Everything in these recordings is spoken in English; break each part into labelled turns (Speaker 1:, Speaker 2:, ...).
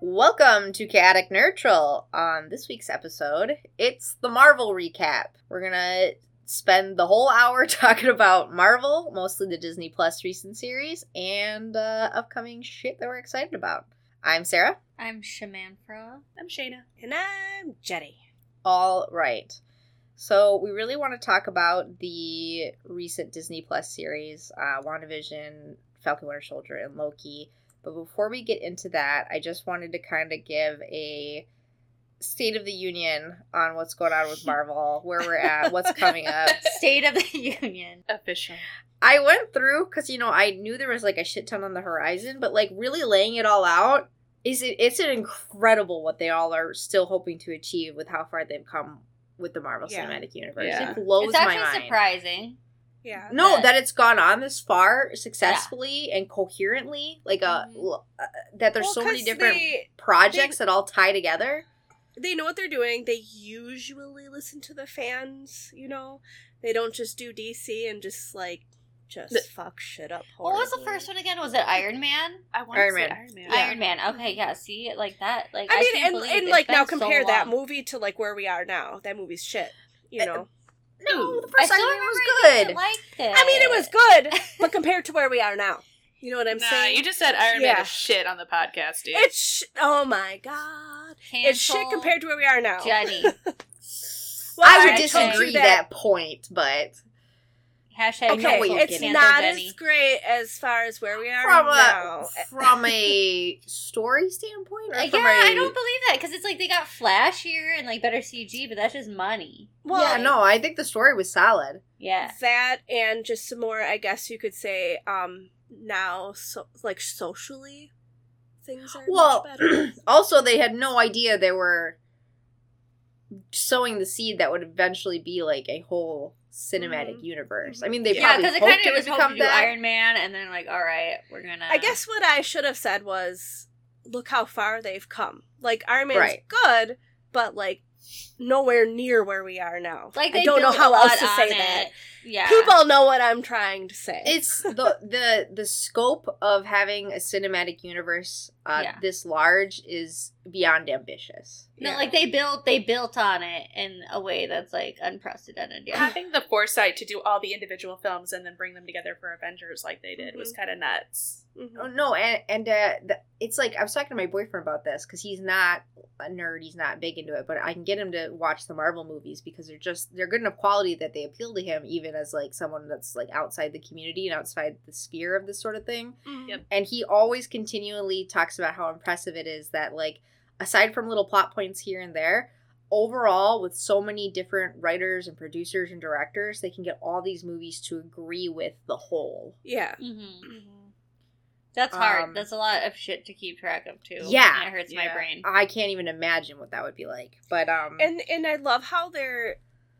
Speaker 1: Welcome to Chaotic Neutral. On this week's episode, it's the Marvel recap. We're gonna spend the whole hour talking about Marvel, mostly the Disney Plus recent series, and uh, upcoming shit that we're excited about. I'm Sarah.
Speaker 2: I'm Shamanfra.
Speaker 3: I'm Shayna. And I'm Jetty.
Speaker 1: All right. So we really want to talk about the recent Disney Plus series, uh, WandaVision, Falcon Winter Soldier, and Loki. But before we get into that, I just wanted to kind of give a state of the union on what's going on with Marvel, where we're at, what's coming up.
Speaker 2: State of the Union.
Speaker 3: Official.
Speaker 1: I went through because you know I knew there was like a shit ton on the horizon, but like really laying it all out is it, it's an incredible what they all are still hoping to achieve with how far they've come with the Marvel
Speaker 3: Yeah.
Speaker 1: Cinematic Universe.
Speaker 4: Yeah.
Speaker 1: It blows
Speaker 2: it's
Speaker 1: my
Speaker 2: actually
Speaker 1: mind.
Speaker 2: surprising.
Speaker 3: Yeah.
Speaker 1: No,
Speaker 2: that-
Speaker 1: that it's gone on this far successfully and coherently, like a
Speaker 2: Mhm.
Speaker 1: l- uh, that there's
Speaker 3: Well,
Speaker 1: so many
Speaker 3: 'cause
Speaker 1: different
Speaker 3: They,
Speaker 1: projects that all tie together.
Speaker 3: they know what they're doing. They usually listen to the fans, you know? They don't just do DC and just, like, just
Speaker 4: The-
Speaker 3: fuck shit up.
Speaker 2: What was the
Speaker 3: horribly.
Speaker 2: first one again? Was it Iron Man?
Speaker 4: I want
Speaker 1: Iron
Speaker 4: to say
Speaker 1: Man.
Speaker 4: Iron Man.
Speaker 3: Yeah.
Speaker 2: Iron Man. Okay, yeah. See, like that. Like
Speaker 3: I mean,
Speaker 2: can't
Speaker 3: and,
Speaker 2: believe
Speaker 3: and
Speaker 2: it's
Speaker 3: like,
Speaker 2: been
Speaker 3: now
Speaker 2: so
Speaker 3: compare that
Speaker 2: long.
Speaker 3: movie to, like, where we are now. That movie's shit, you
Speaker 1: Uh,
Speaker 3: know?
Speaker 1: No, the
Speaker 2: I
Speaker 1: first
Speaker 2: still
Speaker 1: Iron Man
Speaker 2: remember
Speaker 1: was
Speaker 2: I
Speaker 1: good.
Speaker 2: liked it.
Speaker 3: I mean, it was good, but compared to where we are now. You know what I'm
Speaker 4: Nah,
Speaker 3: saying?
Speaker 4: you just said Iron Man
Speaker 3: Yeah.
Speaker 4: is shit on the podcast, dude.
Speaker 3: it's sh- oh my god. It's shit
Speaker 2: Cancel
Speaker 3: compared to where we are now.
Speaker 2: Jenny.
Speaker 3: Well,
Speaker 1: I would
Speaker 2: I told you
Speaker 1: disagree
Speaker 3: that-
Speaker 1: that point, but
Speaker 2: Hashtag
Speaker 1: know
Speaker 3: Okay,
Speaker 1: what you're
Speaker 3: it's
Speaker 1: getting.
Speaker 2: cancel
Speaker 3: not
Speaker 2: Jenny.
Speaker 3: as great as far as where we are
Speaker 1: from
Speaker 3: now.
Speaker 1: a from a story standpoint, or
Speaker 2: Like,
Speaker 1: from
Speaker 2: Uh, yeah,
Speaker 1: a-
Speaker 2: I don't believe that because it's like they got flashier and like better CG, but that's just money.
Speaker 3: Well,
Speaker 1: yeah, no, I think the story was solid.
Speaker 2: Yeah.
Speaker 3: that and just some more. I guess you could say um now, so like socially, things are
Speaker 1: Well,
Speaker 3: much better.
Speaker 1: also they had no idea they were sowing the seed that would eventually be like a whole cinematic
Speaker 3: Mhm.
Speaker 1: universe.
Speaker 3: Mhm.
Speaker 1: I mean, they
Speaker 2: Yeah,
Speaker 1: probably
Speaker 2: because it
Speaker 1: hoped
Speaker 2: kind
Speaker 1: it
Speaker 2: of
Speaker 1: would
Speaker 2: was hoping
Speaker 1: become
Speaker 2: to do
Speaker 1: that.
Speaker 2: Iron Man, and then like, all right, we're gonna.
Speaker 3: I guess what I should have said was, look how far they've come. Like Iron Man's
Speaker 1: Right.
Speaker 3: good, but like nowhere near where we are now.
Speaker 2: like
Speaker 3: I
Speaker 2: they
Speaker 3: don't know
Speaker 2: built a
Speaker 3: how
Speaker 2: lot
Speaker 3: else to say
Speaker 2: on
Speaker 3: that.
Speaker 2: it. Yeah.
Speaker 3: People know what I'm trying to say.
Speaker 1: It's the the the scope of having a cinematic universe uh,
Speaker 2: Yeah.
Speaker 1: this large is beyond ambitious.
Speaker 2: No,
Speaker 3: Yeah.
Speaker 2: like they built they built on it in a way that's like unprecedented. Yeah.
Speaker 4: Having the foresight to do all the individual films and then bring them together for Avengers like they did
Speaker 2: Mm-hmm.
Speaker 4: was kind of nuts.
Speaker 3: Mhm.
Speaker 1: Oh, no, and and uh, the, it's like I was talking to my boyfriend about this because he's not a nerd, he's not big into it, but I can get him to watch the Marvel movies because they're just they're good enough quality that they appeal to him, even as like someone that's like outside the community and outside the sphere of this sort of thing.
Speaker 3: Mhm.
Speaker 4: Yep.
Speaker 1: And he always continually talks about how impressive it is that like aside from little plot points here and there. Overall, with so many different writers and producers and directors, they can get all these movies to agree with the whole.
Speaker 3: Yeah.
Speaker 2: hmm That's hard.
Speaker 1: Um,
Speaker 2: that's a lot of shit to keep track of too.
Speaker 1: Yeah. Uh,
Speaker 2: And it hurts my
Speaker 4: Yeah.
Speaker 2: brain.
Speaker 1: I can't even imagine what that would be like. But um
Speaker 2: Mm-hmm.
Speaker 3: And and I love how they're,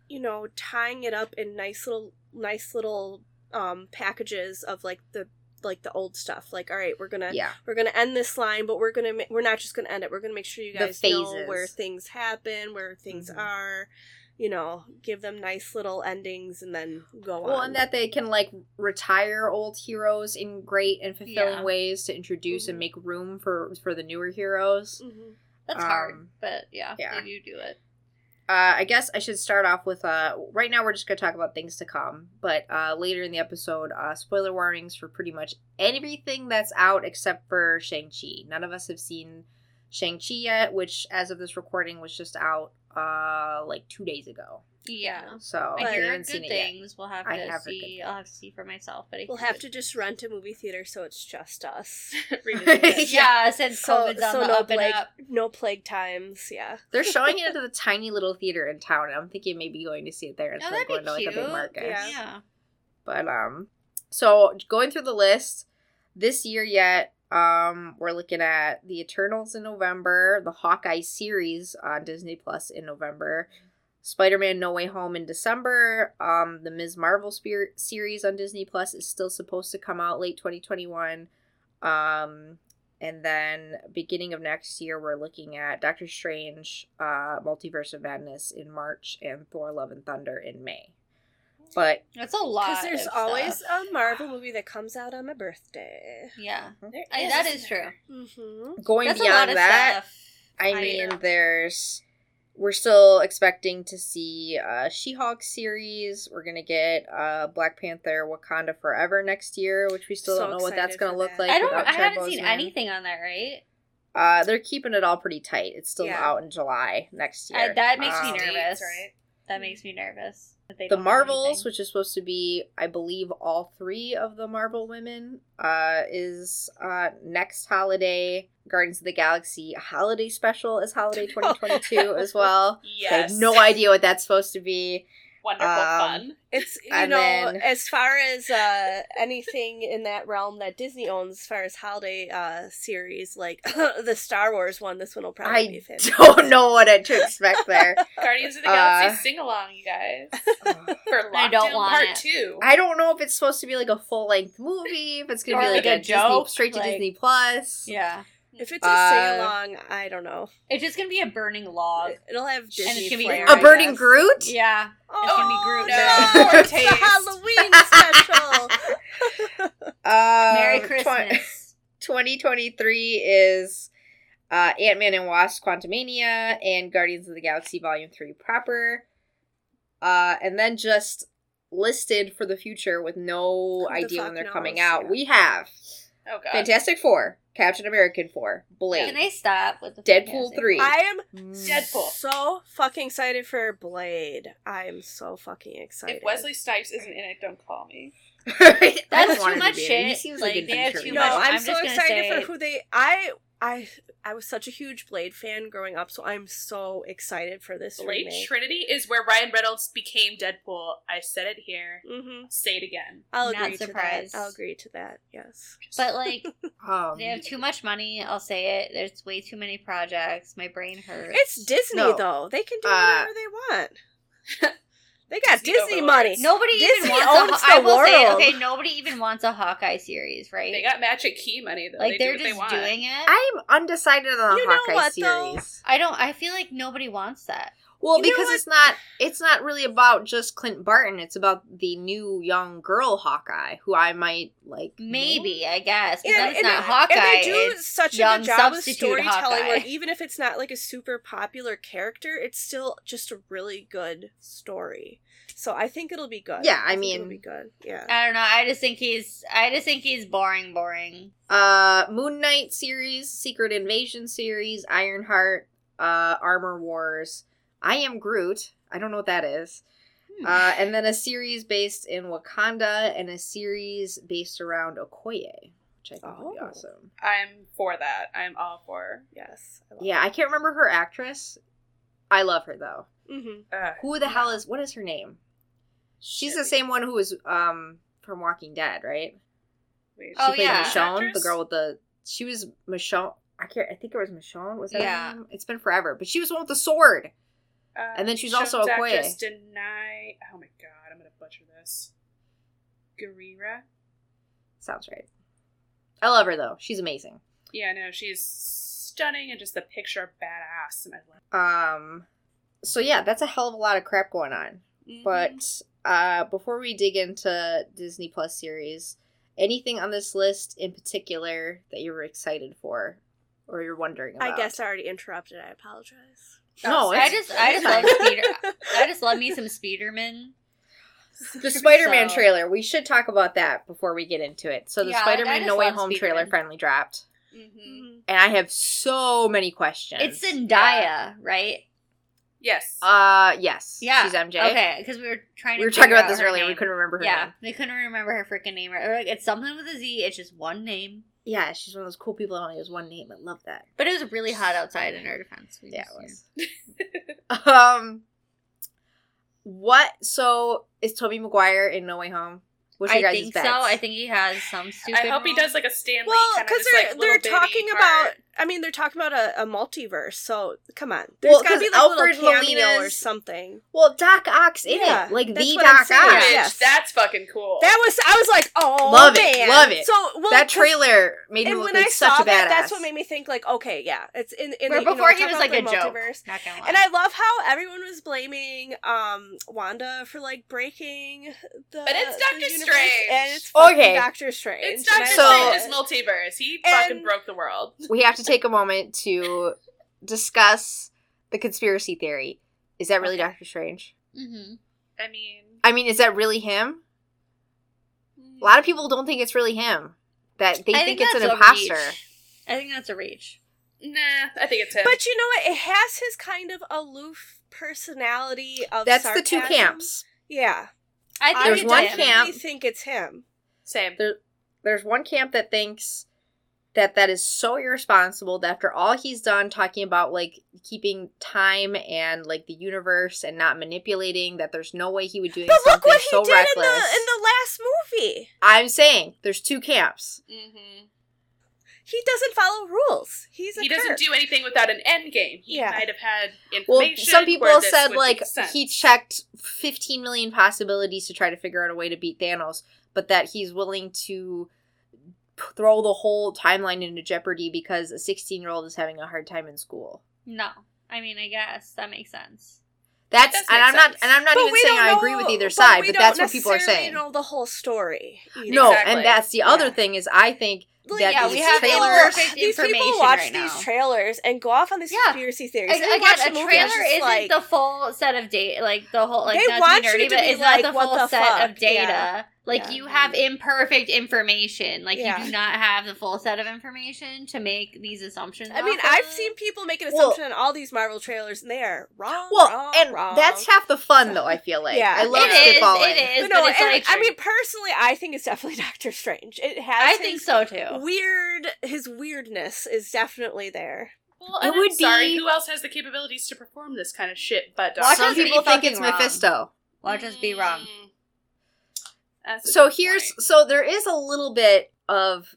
Speaker 3: you know, tying it up in nice little nice little um packages of like the like the old stuff. Like, all right, we're gonna
Speaker 1: yeah.
Speaker 3: we're gonna end this line, but we're gonna ma- we're not just gonna end it. We're gonna make sure you
Speaker 1: The
Speaker 3: guys know
Speaker 1: phases.
Speaker 3: where things happen, where things
Speaker 1: Mhm.
Speaker 2: Mm-hmm.
Speaker 3: are. You know, give them nice little endings and then go on.
Speaker 1: Well, and that they can like retire old heroes in great and fulfilling
Speaker 2: Yeah. Mm-hmm.
Speaker 1: ways to introduce and
Speaker 3: Mhm.
Speaker 1: make room for for the newer heroes.
Speaker 3: Mhm.
Speaker 2: That's
Speaker 1: um,
Speaker 2: hard. But yeah,
Speaker 1: yeah.
Speaker 2: they do do it.
Speaker 1: Uh, I guess I should start off with uh, right now we're just gonna talk about things to come, but uh, later in the episode, uh, spoiler warnings for pretty much everything that's out except for Shang Chi. None of us have seen Shang Chi yet, which as of this recording was just out uh, like two days ago.
Speaker 2: Yeah.
Speaker 1: So
Speaker 2: I
Speaker 1: haven't
Speaker 2: hear
Speaker 1: even
Speaker 2: good
Speaker 1: seen it yet.
Speaker 2: things. We'll have
Speaker 1: I
Speaker 2: to
Speaker 1: have heard good
Speaker 2: see. I'll have to see for myself. But I
Speaker 3: We'll
Speaker 2: hear
Speaker 3: have to
Speaker 2: good-
Speaker 3: just rent a movie theater so it's just us.
Speaker 4: Revisit it.
Speaker 2: Yeah, since COVID's on the
Speaker 3: no
Speaker 2: up and
Speaker 3: plague,
Speaker 2: up.
Speaker 3: no plague times. Yeah.
Speaker 1: They're showing it at the tiny little theater in town. and I'm thinking maybe going to see it there instead
Speaker 2: Oh, that'd
Speaker 1: of going to
Speaker 2: be
Speaker 1: like a big
Speaker 2: cute.
Speaker 1: market.
Speaker 3: Yeah.
Speaker 2: Yeah.
Speaker 1: But um, so going through the list this year yet, um, we're looking at the Eternals in November, the Hawkeye series on Disney Plus in November, Spider-Man: No Way Home in December. Um, the Ms. Marvel spe- series on Disney Plus is still supposed to come out late 2021. Um, and then beginning of next year, we're looking at Doctor Strange, uh, Multiverse of Madness in March, and Thor: Love and Thunder in May. But
Speaker 2: That's a lot.
Speaker 3: Because there's
Speaker 2: of
Speaker 3: always
Speaker 2: stuff.
Speaker 3: a Marvel movie that comes out on my birthday.
Speaker 2: yeah.
Speaker 4: There
Speaker 2: I- that is true.
Speaker 3: Mm-hmm.
Speaker 1: going
Speaker 2: That's a lot
Speaker 1: beyond
Speaker 2: of
Speaker 1: that,
Speaker 2: stuff.
Speaker 1: I
Speaker 2: I uh,
Speaker 1: mean,
Speaker 2: know.
Speaker 1: there's we're still expecting to see a She-Hulk series. We're gonna get uh, Black Panther: Wakanda Forever next year, which we still
Speaker 3: So
Speaker 1: don't know what that's
Speaker 3: excited
Speaker 1: gonna
Speaker 3: for
Speaker 1: look
Speaker 3: that.
Speaker 1: like.
Speaker 2: I don't.
Speaker 1: without
Speaker 2: I
Speaker 1: Chad
Speaker 2: haven't seen
Speaker 1: Boseman.
Speaker 2: anything on that. Right.
Speaker 1: Uh, they're keeping it all pretty tight. It's still
Speaker 3: Yeah.
Speaker 1: out in July next
Speaker 2: I-
Speaker 1: year.
Speaker 2: that makes me
Speaker 1: Um,
Speaker 2: nervous.
Speaker 4: right?
Speaker 2: That makes me nervous. that they
Speaker 1: The
Speaker 2: don't have
Speaker 1: Marvels,
Speaker 2: anything.
Speaker 1: which is supposed to be, I believe, all three of the Marvel women, uh, is uh, next holiday. Guardians of the Galaxy holiday special is holiday 2022 as well. I have
Speaker 4: Yes.
Speaker 1: no idea what that's supposed to be.
Speaker 4: Wonderful
Speaker 1: Um,
Speaker 4: fun.
Speaker 3: It's you
Speaker 1: And
Speaker 3: know
Speaker 1: then-
Speaker 3: as far as uh, anything in that realm that Disney owns, as far as holiday uh, series like the Star Wars one, this one will probably be
Speaker 1: I
Speaker 3: fantastic.
Speaker 1: don't know what to expect there.
Speaker 4: Guardians of the
Speaker 1: uh,
Speaker 4: Galaxy sing along, you guys.
Speaker 1: Ugh.
Speaker 4: For
Speaker 2: I
Speaker 4: I
Speaker 2: don't
Speaker 4: don't
Speaker 2: want
Speaker 4: Part
Speaker 2: it.
Speaker 4: Two.
Speaker 1: I don't know if it's supposed to be like a full length movie, if it's gonna
Speaker 2: Or
Speaker 1: be like,
Speaker 2: like
Speaker 1: a,
Speaker 2: a joke,
Speaker 1: Disney, straight to
Speaker 2: like-
Speaker 1: Disney Plus.
Speaker 2: Yeah.
Speaker 3: If it's a
Speaker 1: Uh,
Speaker 3: sing along, I don't know.
Speaker 2: It's just gonna be a burning log.
Speaker 3: It'll have Disney
Speaker 2: it's gonna be
Speaker 3: flair,
Speaker 1: A
Speaker 3: I
Speaker 1: Burning
Speaker 3: guess. Oh,
Speaker 1: Groot?
Speaker 2: Yeah. It's gonna be Groot
Speaker 4: no,
Speaker 1: then.
Speaker 4: poor
Speaker 3: it's the
Speaker 4: taste.
Speaker 3: Halloween special. Uh,
Speaker 1: Um,
Speaker 2: Merry
Speaker 1: twen-
Speaker 2: Christmas.
Speaker 1: 2023 is uh, Ant Man and Wasp Quantumania and Guardians of the Galaxy Volume 3 proper. Uh, and then just listed for the future with no
Speaker 3: Who the
Speaker 1: idea when
Speaker 3: fuck
Speaker 1: they're coming
Speaker 3: knows?
Speaker 1: out.
Speaker 3: Yeah.
Speaker 1: We have
Speaker 4: Oh god.
Speaker 1: Fantastic Four, Captain American 4,
Speaker 2: Can
Speaker 1: Blade,
Speaker 2: they stop with the
Speaker 1: Deadpool
Speaker 2: fantastic-
Speaker 1: 3.
Speaker 3: I am
Speaker 4: Deadpool.
Speaker 3: so fucking excited for Blade. I am so fucking excited.
Speaker 4: If Wesley Snipes isn't in it, don't call me.
Speaker 1: I
Speaker 2: That's
Speaker 1: don't
Speaker 2: too
Speaker 1: want him to
Speaker 2: much
Speaker 1: be in it. He
Speaker 2: shit.
Speaker 1: seems
Speaker 2: Like,
Speaker 1: a
Speaker 2: they have
Speaker 1: jerk.
Speaker 2: too
Speaker 3: no,
Speaker 2: much-
Speaker 3: I'm,
Speaker 2: I'm
Speaker 3: so
Speaker 2: just gonna
Speaker 3: excited
Speaker 2: say-
Speaker 3: for who they. I I I was such a huge Blade fan growing up, so I'm so excited for this
Speaker 4: Blade
Speaker 3: remake.
Speaker 4: Trinity is where Ryan Reynolds became Deadpool. I said it here.
Speaker 3: hmm
Speaker 4: Say it again.
Speaker 3: I'll
Speaker 2: Not
Speaker 3: agree
Speaker 2: surprised.
Speaker 3: to that. I'll agree to that. Yes.
Speaker 2: But like
Speaker 1: Um,
Speaker 2: they have too much money. I'll say it. There's way too many projects. My brain hurts.
Speaker 3: It's Disney
Speaker 1: No.
Speaker 3: though. They can do
Speaker 1: Uh,
Speaker 3: whatever they want. they got
Speaker 4: Disney
Speaker 3: Disney, money.
Speaker 4: overlords.
Speaker 2: Nobody even
Speaker 3: Disney
Speaker 2: wants
Speaker 3: owns
Speaker 2: a Haw- I
Speaker 3: the
Speaker 2: will say it,
Speaker 3: world.
Speaker 2: okay, nobody even wants a Hawkeye series, right?
Speaker 4: They got magic key money though.
Speaker 2: like
Speaker 4: they
Speaker 2: are
Speaker 4: do what
Speaker 2: just
Speaker 4: they want.
Speaker 2: doing it. I,
Speaker 1: I'm undecided on the
Speaker 3: You know
Speaker 1: Hawkeye
Speaker 3: what, though?
Speaker 1: series.
Speaker 2: don't I feel like nobody wants that.
Speaker 1: Well,
Speaker 3: You know
Speaker 1: because
Speaker 3: what?
Speaker 1: it's not it's not really about just Clint Barton. It's about the new young girl Hawkeye, who I might like.
Speaker 2: Maybe, I guess. But
Speaker 3: And-
Speaker 2: that's
Speaker 3: and
Speaker 2: not
Speaker 3: they-
Speaker 2: Hawkeye.
Speaker 3: And they do
Speaker 2: it's
Speaker 3: such a
Speaker 2: young
Speaker 3: good job of
Speaker 2: substitute
Speaker 3: storytelling where
Speaker 2: Hawkeye.
Speaker 3: even if it's not like a super popular character, it's still just a really good story. So I think it'll be good.
Speaker 1: Yeah, I
Speaker 3: think it'll
Speaker 1: mean-
Speaker 3: be good. Yeah.
Speaker 2: I don't know. I just think he's I just think he's boring, boring.
Speaker 1: Uh, Moon Knight series, Secret Invasion series, Ironheart, uh, Armor Wars. I am Groot. I don't know what that is.
Speaker 2: Hmm.
Speaker 1: Uh, and then a series based in Wakanda and a series based around Okoye, which I think would be
Speaker 3: Oh.
Speaker 1: awesome.
Speaker 4: I'm for that. I'm all for.
Speaker 3: Yes.
Speaker 1: Yeah, I can't remember her actress. I love her though.
Speaker 3: Mm-hmm.
Speaker 4: Uh,
Speaker 1: Who the hell is what is her name? She's the same one who was um from Walking Dead, right?
Speaker 4: Wait,
Speaker 2: Oh,
Speaker 1: she played
Speaker 2: yeah.
Speaker 1: Michonne, the
Speaker 4: Actress?
Speaker 1: girl with the. She was Michonne. I can't. I think it was Michonne. Was that? her
Speaker 2: Yeah.
Speaker 1: name? It's been forever, but she was the one with the sword.
Speaker 4: Uh,
Speaker 1: And then she's also
Speaker 4: Shows
Speaker 1: Okoye.
Speaker 4: actress Deny. Oh my god, I'm gonna butcher this. Guerrera.
Speaker 1: Sounds right. I love her though. She's amazing.
Speaker 4: Yeah, no, she's stunning and just the picture of badass. And I love.
Speaker 1: Um, so yeah, that's a hell of a lot of crap going on. But uh, before we dig into Disney Plus series, anything on this list in particular that you were excited for, or you're wondering about?
Speaker 3: I guess I already interrupted. I apologize.
Speaker 1: No,
Speaker 2: I
Speaker 1: it's-
Speaker 2: just I
Speaker 1: it's
Speaker 2: just love
Speaker 1: fine.
Speaker 2: Speeder I just love me some Speederman.
Speaker 1: the Spider-Man
Speaker 2: So-
Speaker 1: trailer. We should talk about that before we get into it. So the
Speaker 2: Yeah, like, I
Speaker 1: Spider-Man
Speaker 2: just
Speaker 1: No Way
Speaker 2: love
Speaker 1: Home
Speaker 2: Spider-Man.
Speaker 1: trailer finally dropped,
Speaker 4: Mm-hmm.
Speaker 3: Mhm.
Speaker 1: and I have so many questions.
Speaker 2: It's Zendaya, right?
Speaker 4: Yes.
Speaker 1: uh yes,
Speaker 2: Yeah.
Speaker 1: she's MJ.
Speaker 2: Okay, because we were trying to
Speaker 1: We were talking
Speaker 2: figure
Speaker 1: about
Speaker 2: out
Speaker 1: this
Speaker 2: her
Speaker 1: earlier. We
Speaker 2: name.
Speaker 1: couldn't remember her
Speaker 2: yeah,
Speaker 1: name.
Speaker 2: they couldn't remember her freaking name. Or, or, like, it's something with a Z. It's just one name.
Speaker 1: Yeah, she's one of those cool people that only has one name. I love that.
Speaker 2: But it was really hot outside in her defense. We
Speaker 1: Yeah,
Speaker 2: just-
Speaker 1: it was. um, what? So is Toby Maguire in No Way Home? What's your
Speaker 2: I
Speaker 1: guys'
Speaker 2: think
Speaker 1: bets?
Speaker 2: so. I think he has some stupid.
Speaker 4: I hope he
Speaker 2: rule.
Speaker 4: does like a Stanley.
Speaker 3: Well,
Speaker 4: kind
Speaker 3: because
Speaker 4: of
Speaker 3: they're
Speaker 4: like,
Speaker 3: they're
Speaker 4: little baby
Speaker 3: talking
Speaker 4: part.
Speaker 3: about. I mean, they're talking about a, a multiverse. So come on, there's
Speaker 1: Well,
Speaker 3: gotta
Speaker 1: 'cause
Speaker 3: be like a little
Speaker 1: Alfred
Speaker 3: cameo or
Speaker 1: Molina's-
Speaker 3: something.
Speaker 1: well, Doc Ock's in
Speaker 3: Yeah,
Speaker 1: it, like
Speaker 3: that's
Speaker 1: the
Speaker 3: what I'm
Speaker 1: Doc Ock.
Speaker 3: saying.
Speaker 4: Bitch,
Speaker 3: Yeah. Yes.
Speaker 4: That's fucking cool.
Speaker 3: That was I was like, oh,
Speaker 1: Love it,
Speaker 3: man.
Speaker 1: love it.
Speaker 3: So well,
Speaker 1: that
Speaker 3: 'cause-
Speaker 1: trailer made me
Speaker 3: And
Speaker 1: look
Speaker 3: when
Speaker 1: like
Speaker 3: I
Speaker 1: such
Speaker 3: saw
Speaker 1: a badass.
Speaker 3: that, that's what made me think like, okay, yeah, it's in. in
Speaker 2: Where
Speaker 3: the, you know,
Speaker 2: before
Speaker 3: talk
Speaker 2: he was
Speaker 3: about
Speaker 2: like
Speaker 3: the
Speaker 2: a joke.
Speaker 3: multiverse.
Speaker 2: Not gonna lie.
Speaker 3: And I love how everyone was blaming um Wanda for like breaking the.
Speaker 4: But it's
Speaker 3: the
Speaker 4: Doctor
Speaker 3: universe,
Speaker 4: Strange.
Speaker 3: and it's
Speaker 1: Okay.
Speaker 3: okay. Doctor Strange.
Speaker 4: it's
Speaker 3: and
Speaker 4: Doctor
Speaker 3: I
Speaker 1: So-
Speaker 3: love
Speaker 4: Strange's
Speaker 3: it.
Speaker 4: multiverse. He
Speaker 3: And-
Speaker 4: fucking broke the world.
Speaker 1: we have to take a moment to discuss the conspiracy theory. Is that really
Speaker 4: Okay.
Speaker 1: Doctor Strange?
Speaker 2: hmm
Speaker 4: I mean,
Speaker 1: I mean, is that really him? A lot of people don't think it's really him. That they
Speaker 2: I
Speaker 1: think, it's an
Speaker 2: that's a
Speaker 1: imposter.
Speaker 2: reach. I think that's a reach.
Speaker 4: Nah, I think it's him.
Speaker 3: But you know what? It has his kind of aloof personality of
Speaker 1: That's the two
Speaker 3: sarcasm.
Speaker 1: camps.
Speaker 3: Yeah,
Speaker 2: I think
Speaker 1: There's
Speaker 2: it
Speaker 1: one
Speaker 2: did.
Speaker 1: camp-
Speaker 3: definitely think it's him.
Speaker 4: Same.
Speaker 1: There, there's one camp that thinks that that is so irresponsible that after all he's done talking about like keeping time and like the universe and not manipulating that there's no way he would do
Speaker 3: But
Speaker 1: something
Speaker 3: look what he
Speaker 1: so
Speaker 3: did
Speaker 1: reckless.
Speaker 3: in the in the last movie.
Speaker 1: I'm saying there's two camps.
Speaker 4: Mm-hmm.
Speaker 3: He doesn't follow rules. He's a
Speaker 4: He doesn't
Speaker 3: jerk.
Speaker 4: do anything without an end game. He
Speaker 3: Yeah.
Speaker 4: might have had
Speaker 1: Well,
Speaker 4: information.
Speaker 1: some people
Speaker 4: where this
Speaker 1: said
Speaker 4: would
Speaker 1: like
Speaker 4: make sense.
Speaker 1: he checked 15 million possibilities to try to figure out a way to beat Thanos, but that he's willing to p- throw the whole timeline into jeopardy because a 16 year old is having a hard time in school.
Speaker 2: No, I mean, I guess that makes sense.
Speaker 1: That's
Speaker 4: does
Speaker 1: and
Speaker 4: make
Speaker 1: I'm not
Speaker 4: sense.
Speaker 1: and I'm not
Speaker 3: But
Speaker 1: even
Speaker 3: we
Speaker 1: saying
Speaker 3: don't
Speaker 1: I
Speaker 3: know-
Speaker 1: agree with either side,
Speaker 3: we
Speaker 1: but
Speaker 3: don't
Speaker 1: that's what people are
Speaker 3: necessarily
Speaker 1: saying.
Speaker 3: know the whole story. either.
Speaker 1: No,
Speaker 4: Exactly.
Speaker 1: and that's the other
Speaker 3: Yeah.
Speaker 1: thing is I think
Speaker 3: Well,
Speaker 1: that
Speaker 2: yeah,
Speaker 1: these
Speaker 2: we have
Speaker 1: trailers.
Speaker 2: more- perfect
Speaker 3: these people
Speaker 2: information
Speaker 3: watch
Speaker 2: right
Speaker 3: these
Speaker 2: now.
Speaker 3: trailers and go off on these
Speaker 2: Yeah.
Speaker 3: conspiracy theories.
Speaker 2: Again,
Speaker 3: And they watch
Speaker 2: a
Speaker 3: the movie,
Speaker 2: trailer
Speaker 3: it's just
Speaker 2: isn't
Speaker 3: like-
Speaker 2: the full set of data. Like the whole, like
Speaker 3: They
Speaker 2: not
Speaker 3: want
Speaker 2: to be
Speaker 3: you
Speaker 2: nerdy,
Speaker 3: to
Speaker 2: but
Speaker 3: be
Speaker 2: it's
Speaker 3: like,
Speaker 2: not the
Speaker 3: what
Speaker 2: full
Speaker 3: the
Speaker 2: set
Speaker 3: fuck?
Speaker 2: of data.
Speaker 3: Yeah.
Speaker 2: Like
Speaker 3: Yeah.
Speaker 2: you have imperfect information. Like
Speaker 3: Yeah.
Speaker 2: you do not have the full set of information to make these assumptions.
Speaker 3: I mean,
Speaker 2: off
Speaker 3: I've
Speaker 2: of.
Speaker 3: seen people make an
Speaker 1: Well-
Speaker 3: assumption on all these Marvel trailers, and they are wrong.
Speaker 1: Well,
Speaker 3: wrong,
Speaker 1: and
Speaker 3: wrong.
Speaker 1: that's half the fun though. I feel like
Speaker 3: Yeah.
Speaker 1: I
Speaker 3: It
Speaker 1: love
Speaker 2: it is.
Speaker 1: spitballing.
Speaker 2: It is.
Speaker 3: But no,
Speaker 2: but it's
Speaker 3: and
Speaker 2: like
Speaker 3: I mean, personally, I think it's definitely Doctor Strange. It has.
Speaker 2: I think so too.
Speaker 3: Weird. His weirdness is definitely there.
Speaker 4: Well,
Speaker 1: It
Speaker 4: and
Speaker 1: would
Speaker 4: I'm sorry,
Speaker 1: be-
Speaker 4: who else has the capabilities to perform this kind of shit but Doc?
Speaker 2: Watch
Speaker 1: Some
Speaker 2: us be
Speaker 1: people think it's
Speaker 2: fucking wrong.
Speaker 1: Mephisto.
Speaker 2: Watch us be wrong.
Speaker 4: Mm. That's a
Speaker 1: so
Speaker 4: good
Speaker 1: here's
Speaker 4: point.
Speaker 1: so there is a little bit of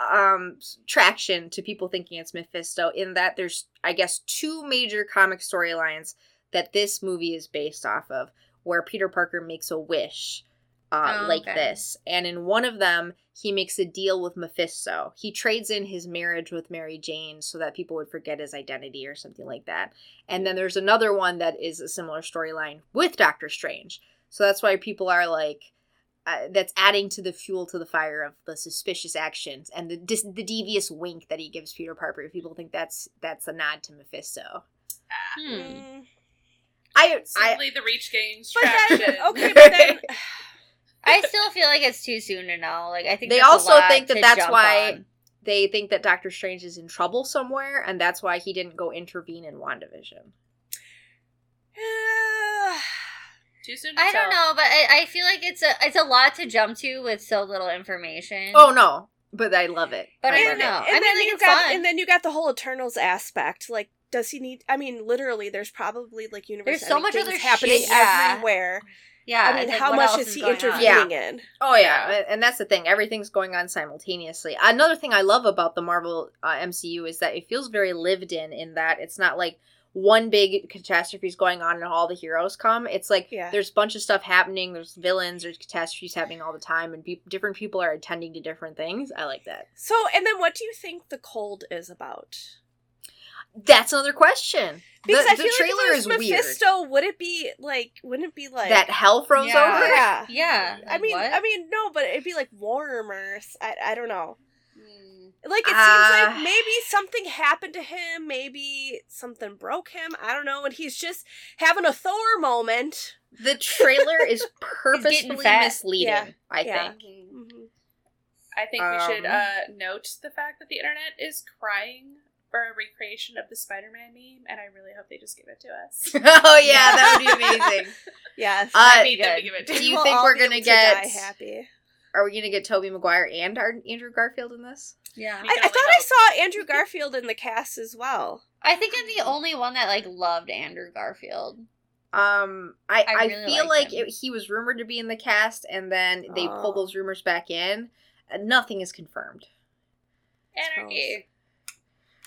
Speaker 1: um traction to people thinking it's Mephisto in that there's I guess two major comic storylines that this movie is based off of where Peter Parker makes a wish uh,
Speaker 2: Oh,
Speaker 1: like
Speaker 2: okay.
Speaker 1: this and in one of them he makes a deal with Mephisto. He trades in his marriage with Mary Jane so that people would forget his identity or something like that. And then there's another one that is a similar storyline with Doctor Strange. So that's why people are like uh, that's adding to the fuel to the fire of the suspicious actions and the dis- the devious wink that he gives Peter Parker. People think that's that's a nod to Mephisto.
Speaker 2: Hmm.
Speaker 3: Mm.
Speaker 1: I I
Speaker 4: Simply the Reach Games
Speaker 3: But
Speaker 4: traction.
Speaker 3: then, okay, but then
Speaker 2: I still feel like it's too soon to know. Like I think
Speaker 1: They
Speaker 2: that's a
Speaker 1: also
Speaker 2: lot
Speaker 1: think that
Speaker 2: to
Speaker 1: that's
Speaker 2: jump
Speaker 1: why-
Speaker 2: on.
Speaker 1: they think that Doctor Strange is in trouble somewhere and that's why he didn't go intervene in WandaVision.
Speaker 4: Too soon to
Speaker 2: I don't
Speaker 4: tell.
Speaker 2: know, but I, I feel like it's a it's a lot to jump to with so little information.
Speaker 1: Oh no, but I love it.
Speaker 2: But I
Speaker 1: love
Speaker 2: don't
Speaker 1: it.
Speaker 2: know.
Speaker 3: And
Speaker 2: I mean,
Speaker 3: then
Speaker 2: like,
Speaker 3: you
Speaker 2: it's
Speaker 3: got,
Speaker 2: fun.
Speaker 3: and then you got the whole Eternals aspect. Like, does he need? I mean, literally, there's probably like universe.
Speaker 2: There's so
Speaker 3: ending
Speaker 2: much
Speaker 3: things
Speaker 2: other
Speaker 3: happening
Speaker 2: shit, yeah.
Speaker 3: everywhere.
Speaker 2: yeah.
Speaker 3: I mean,
Speaker 2: it's like,
Speaker 3: how
Speaker 2: what
Speaker 3: much
Speaker 2: else
Speaker 3: is he
Speaker 2: going on?
Speaker 3: intervening in?
Speaker 1: Oh yeah.
Speaker 4: Yeah.
Speaker 1: a- and that's the thing. Everything's going on simultaneously. Another thing I love about the Marvel uh, MCU is that it feels very lived in. In that it's not like one big catastrophe is going on and all the heroes come. It's like
Speaker 3: Yeah.
Speaker 1: there's a bunch of stuff happening. There's villains. There's catastrophes happening all the time, and peop different people are attending to different things. I like that.
Speaker 3: So, and then what do you think the cold is about?
Speaker 1: That's another question. The,
Speaker 3: Because I
Speaker 1: the
Speaker 3: feel
Speaker 1: trailer
Speaker 3: like if
Speaker 1: is
Speaker 3: it was
Speaker 1: weird.
Speaker 3: Mephisto, would it be like? Wouldn't it be like
Speaker 1: that hell froze
Speaker 2: Yeah.
Speaker 1: over.
Speaker 3: Yeah.
Speaker 2: Yeah.
Speaker 3: I
Speaker 2: Like,
Speaker 3: mean,
Speaker 2: what?
Speaker 3: I mean, no, but it'd be like warmer. I, I don't know.
Speaker 4: Mm.
Speaker 3: Like it seems
Speaker 1: Ah.
Speaker 3: like maybe something happened to him, maybe something broke him. I don't know, and he's just having a Thor moment.
Speaker 1: The trailer is purposefully
Speaker 2: fat.
Speaker 1: misleading.
Speaker 3: Yeah.
Speaker 1: I
Speaker 3: Yeah.
Speaker 1: think.
Speaker 4: Mhm.
Speaker 3: Mhm.
Speaker 4: I think we should
Speaker 1: Um.
Speaker 4: uh, note the fact that the internet is crying for a recreation of the Spider-Man meme, and I really hope they just give it to us.
Speaker 1: oh yeah, that would be amazing.
Speaker 3: Yes.
Speaker 1: Uh,
Speaker 4: I need them to
Speaker 2: good.
Speaker 4: give it to
Speaker 1: Do
Speaker 4: us.
Speaker 1: you
Speaker 3: We'll
Speaker 1: think
Speaker 3: all
Speaker 1: we're
Speaker 3: be
Speaker 1: gonna
Speaker 3: able to
Speaker 1: get-
Speaker 3: die happy?
Speaker 1: Are we gonna get Toby Maguire and our Andrew Garfield in this?
Speaker 2: yeah.
Speaker 4: We
Speaker 3: I,
Speaker 4: can
Speaker 3: I
Speaker 4: only
Speaker 3: thought I
Speaker 4: hope.
Speaker 3: saw Andrew Garfield in the cast as well.
Speaker 2: I think I'm the only one that like loved Andrew Garfield.
Speaker 1: Um, I I,
Speaker 2: I really
Speaker 1: feel like
Speaker 2: liked him.
Speaker 1: it, he was rumored to be in the cast, and then they
Speaker 3: Oh.
Speaker 1: pulled those rumors back in. and Nothing is confirmed.
Speaker 4: Anarchy.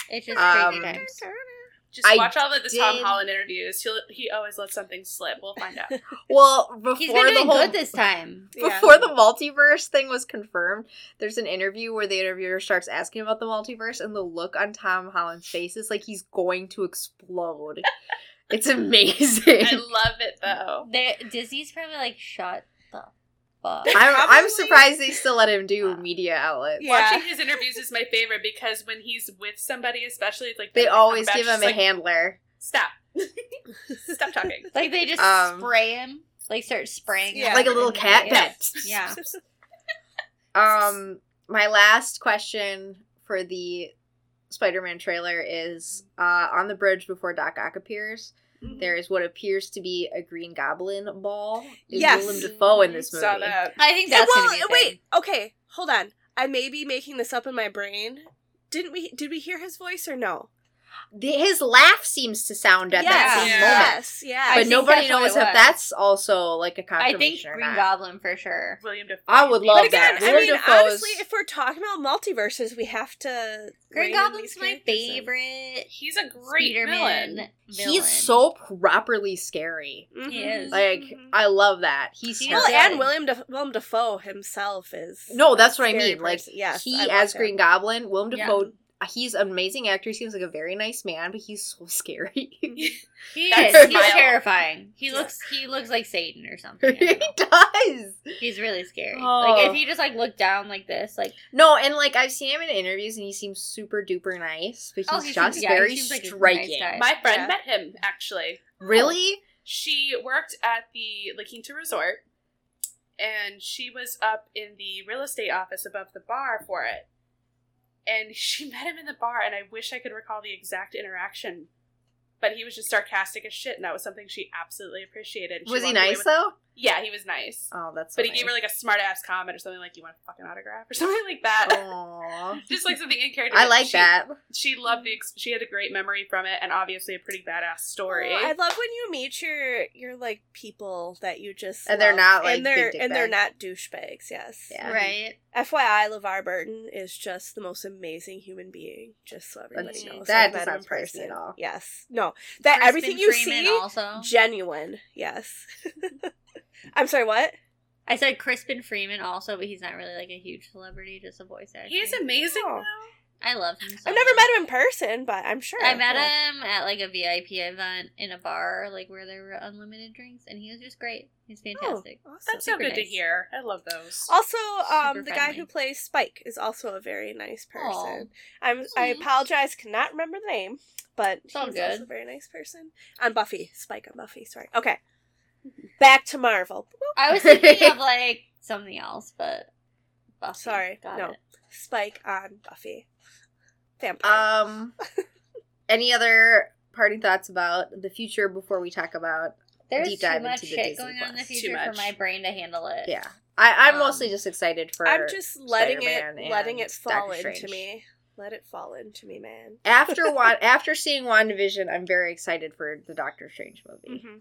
Speaker 2: It's just
Speaker 1: Um,
Speaker 2: crazy times.
Speaker 4: Just
Speaker 1: I
Speaker 4: watch all of the Tom
Speaker 1: did-
Speaker 4: Holland interviews. He'll, he always lets something slip. We'll find out.
Speaker 1: Well, before
Speaker 2: He's been doing
Speaker 1: the whole
Speaker 2: good this time.
Speaker 3: Yeah.
Speaker 1: before the multiverse thing was confirmed, there's an interview where the interviewer starts asking about the multiverse, and the look on Tom Holland's face is like he's going to explode. it's amazing.
Speaker 4: I love it though.
Speaker 2: They- Disney's probably like, shut the fuck.
Speaker 1: I'm, I'm
Speaker 3: Probably-
Speaker 1: surprised they still let him do media outlets.
Speaker 3: Yeah.
Speaker 4: Watching his interviews is my favorite because when he's with somebody, especially it's like
Speaker 1: They
Speaker 4: Benedict
Speaker 1: always
Speaker 4: Cumberbatch,
Speaker 1: give
Speaker 4: just
Speaker 1: him a
Speaker 4: like,
Speaker 1: handler.
Speaker 4: Stop. Stop talking.
Speaker 2: Like they just
Speaker 1: Um,
Speaker 2: spray him, like start spraying,
Speaker 3: Yeah.
Speaker 2: him
Speaker 1: Like a little
Speaker 2: in the
Speaker 1: cat
Speaker 2: face.
Speaker 1: bed.
Speaker 2: Yeah,
Speaker 1: Um, my last question for the Spider-Man trailer is uh, on the bridge before Doc Ock appears.
Speaker 2: Mm-hmm.
Speaker 1: There is what appears to be a Green Goblin ball. Is
Speaker 3: Yes.
Speaker 1: Willem Dafoe in this movie?
Speaker 4: Saw that.
Speaker 2: I think that's
Speaker 3: well,
Speaker 2: gonna be a thing.
Speaker 3: wait. Okay, hold on. I may be making this up in my brain. Didn't we? Did we hear his voice or no?
Speaker 1: The- his laugh seems to sound at that
Speaker 2: Yes.
Speaker 1: same
Speaker 4: Yeah.
Speaker 1: moment,
Speaker 3: Yes, yes.
Speaker 2: I
Speaker 1: but
Speaker 2: think
Speaker 1: nobody
Speaker 2: that's what
Speaker 1: knows
Speaker 2: it
Speaker 1: if
Speaker 2: was.
Speaker 1: that's also like a confirmation
Speaker 2: I think
Speaker 1: or
Speaker 2: Green
Speaker 1: not.
Speaker 2: Goblin for sure.
Speaker 4: William Dafoe.
Speaker 1: I would love
Speaker 3: But
Speaker 1: Oh,
Speaker 3: again,
Speaker 1: that.
Speaker 3: I
Speaker 1: Willem
Speaker 3: mean,
Speaker 1: Dafoe's-
Speaker 3: honestly, if we're talking about multiverses, we have to. rein
Speaker 2: Green
Speaker 3: in
Speaker 2: Goblin's
Speaker 3: these
Speaker 2: my
Speaker 3: characters in.
Speaker 2: favorite
Speaker 4: He's a great
Speaker 2: Spider-Man
Speaker 4: villain.
Speaker 2: villain.
Speaker 1: He's so properly scary.
Speaker 3: Mhm.
Speaker 2: He is.
Speaker 1: Like
Speaker 3: Mhm.
Speaker 1: I love that. He's
Speaker 2: Mm-hmm. He
Speaker 3: Well,
Speaker 2: is.
Speaker 1: terrifying.
Speaker 3: and William Def- Willem Dafoe himself is.
Speaker 1: No, that's
Speaker 3: a
Speaker 1: what I
Speaker 3: scary
Speaker 1: mean. Like
Speaker 3: person. yes, I
Speaker 1: he
Speaker 3: love
Speaker 1: as
Speaker 3: him.
Speaker 1: Green Goblin, Willem
Speaker 2: Yeah.
Speaker 1: Dafoe. uh, He's an amazing actor. He seems like a very nice man, but he's so scary. he
Speaker 2: He
Speaker 4: That's
Speaker 2: is. He's
Speaker 4: vile.
Speaker 2: terrifying. He
Speaker 3: Yeah.
Speaker 2: looks. He looks like Satan or something. I don't know.
Speaker 1: does.
Speaker 2: He's really scary.
Speaker 1: Oh.
Speaker 2: Like if he just like looked down like this, like
Speaker 1: No, and like I've seen him in interviews, and he seems super duper nice, but he's
Speaker 2: Oh, he seems-
Speaker 1: just
Speaker 2: yeah, he
Speaker 1: very
Speaker 2: seems like he's a nice
Speaker 1: striking.
Speaker 2: guy.
Speaker 4: My friend
Speaker 3: Yeah.
Speaker 4: met him actually.
Speaker 1: really?
Speaker 4: She worked at the La Quinta Resort, and she was up in the real estate office above the bar for it. And she met him in the bar, and I wish I could recall the exact interaction, but he was just sarcastic as shit, and that was something she absolutely appreciated. She
Speaker 1: Was he
Speaker 4: walked away
Speaker 1: nice
Speaker 4: with-
Speaker 1: though?
Speaker 4: Yeah, he was nice.
Speaker 1: Oh, that's.
Speaker 4: but he gave her like a smart ass comment or something like, "You want a fucking autograph?" or something like that.
Speaker 1: Aww.
Speaker 4: Just like something in character.
Speaker 1: Oh. I
Speaker 4: but
Speaker 1: like
Speaker 4: she-
Speaker 1: that.
Speaker 4: She loved the. Ex- she had a great memory from it, and obviously a pretty badass story.
Speaker 3: Oh, I love when you meet your your like people that you just
Speaker 1: And they're
Speaker 3: love.
Speaker 1: not, like,
Speaker 3: and they're
Speaker 1: big dick
Speaker 3: and they're
Speaker 1: bags.
Speaker 3: not douchebags. Yes.
Speaker 1: Yeah.
Speaker 2: right.
Speaker 3: FYI, LeVar Burton is just the most amazing human being. Just so everybody
Speaker 1: That's-
Speaker 3: knows.
Speaker 1: that
Speaker 3: I've met
Speaker 1: does
Speaker 3: him
Speaker 1: not
Speaker 3: in
Speaker 1: surprise me at all.
Speaker 3: Yes. No. That
Speaker 2: Crispin
Speaker 3: everything you
Speaker 2: Freeman
Speaker 3: see,
Speaker 2: also.
Speaker 3: genuine. Yes. I'm sorry. What?
Speaker 2: I said Crispin Freeman also, but he's not really like a huge celebrity, just a voice actor.
Speaker 4: He's amazing.
Speaker 3: Oh.
Speaker 4: though.
Speaker 2: I love him. So
Speaker 3: I've never
Speaker 2: much.
Speaker 3: met him in person, but I'm sure.
Speaker 2: I met
Speaker 3: Well,
Speaker 2: him at like a VIP event in a bar, like where there were unlimited drinks, and he was just great.
Speaker 3: Oh,
Speaker 2: He's fantastic.
Speaker 3: Awesome.
Speaker 4: That's so
Speaker 2: Super
Speaker 4: good to
Speaker 2: nice.
Speaker 4: hear. I love those.
Speaker 3: Also,
Speaker 2: Super
Speaker 3: um, the guy
Speaker 2: friendly.
Speaker 3: who plays Spike is also a very nice person.
Speaker 2: Aw.
Speaker 3: I'm I
Speaker 2: Mhm.
Speaker 3: apologize, cannot remember the name, but
Speaker 2: It's all
Speaker 3: he's
Speaker 2: good.
Speaker 3: also a very nice person. On Buffy, Spike on Buffy. Sorry. Okay, back to Marvel. Whoop.
Speaker 2: I was thinking of like something else, but Buffy.
Speaker 3: Sorry,
Speaker 2: got
Speaker 3: no.
Speaker 2: it.
Speaker 3: Spike on Buffy. Vampire.
Speaker 1: Um, any other parting thoughts about the future before we talk about?
Speaker 2: There's
Speaker 1: Deep
Speaker 2: too
Speaker 1: dive
Speaker 2: much
Speaker 1: into the
Speaker 2: shit
Speaker 1: Disney
Speaker 2: going on in the
Speaker 1: Plus. Too
Speaker 2: future for
Speaker 4: much.
Speaker 2: my brain to handle it.
Speaker 1: Yeah, I, I'm
Speaker 2: Um,
Speaker 1: mostly just excited for.
Speaker 3: I'm just letting
Speaker 1: Spider-Man
Speaker 3: it letting
Speaker 1: and
Speaker 3: it fall
Speaker 1: Doctor
Speaker 3: into
Speaker 1: Strange.
Speaker 3: me. Let it fall into me, man.
Speaker 1: after Wan- after seeing WandaVision, I'm very excited for the Doctor Strange movie.
Speaker 2: Mm-hmm.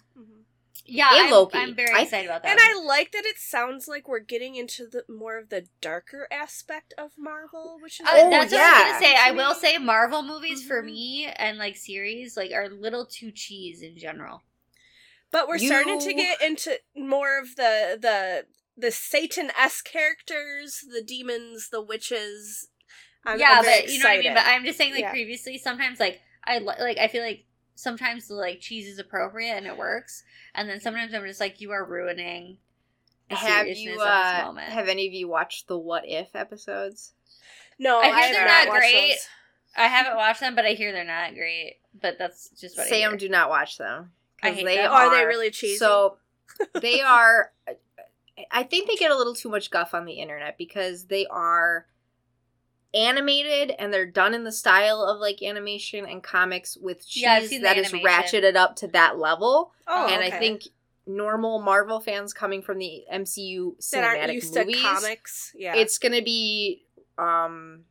Speaker 2: yeah.
Speaker 1: And
Speaker 2: I'm,
Speaker 1: Loki.
Speaker 2: I'm very
Speaker 1: I-
Speaker 2: excited about that.
Speaker 3: And I like that it sounds like we're getting into the more of the darker aspect of Marvel, which is
Speaker 2: Uh,
Speaker 1: Oh, Mm-hmm.
Speaker 2: that's what I was gonna say. I will
Speaker 3: Mhm.
Speaker 2: say Marvel movies for
Speaker 3: Mhm.
Speaker 2: me and like series like are a little too cheese in general.
Speaker 3: But we're starting to
Speaker 1: You-
Speaker 3: get into more of the the the Satan esque characters, the demons, the witches. I'm,
Speaker 2: yeah,
Speaker 3: I'm
Speaker 2: but
Speaker 3: very
Speaker 2: you know what I mean.
Speaker 3: excited.
Speaker 2: But I'm just saying, like
Speaker 3: Yeah.
Speaker 2: previously, sometimes like I li- like I feel like sometimes the like cheese is appropriate and it works, and then sometimes I'm just like you are ruining. The
Speaker 1: Have
Speaker 2: seriousness
Speaker 1: you
Speaker 2: of this
Speaker 1: uh,
Speaker 2: moment.
Speaker 1: have any of you watched the What If episodes?
Speaker 3: no,
Speaker 2: I hear
Speaker 3: have
Speaker 2: they're not
Speaker 3: watched
Speaker 2: great.
Speaker 3: those.
Speaker 2: I haven't watched them, but I hear they're not great. But that's just what I
Speaker 1: Sam,
Speaker 2: hear.
Speaker 1: do not watch them. 'cause
Speaker 2: I hate
Speaker 1: they
Speaker 2: them.
Speaker 1: Are,
Speaker 3: Are they really cheesy?
Speaker 1: So they are. I think they get a little too much guff on the internet because they are animated and they're done in the style of like animation and comics with cheese
Speaker 2: Yeah, I've seen the
Speaker 1: that is
Speaker 2: animation.
Speaker 1: ratcheted up to that level.
Speaker 3: oh,
Speaker 1: and I
Speaker 3: okay.
Speaker 1: think normal Marvel fans coming from the MCU
Speaker 3: that aren't
Speaker 1: cinematic
Speaker 3: used
Speaker 1: movies,
Speaker 3: to comics. Yeah,
Speaker 1: it's gonna be um,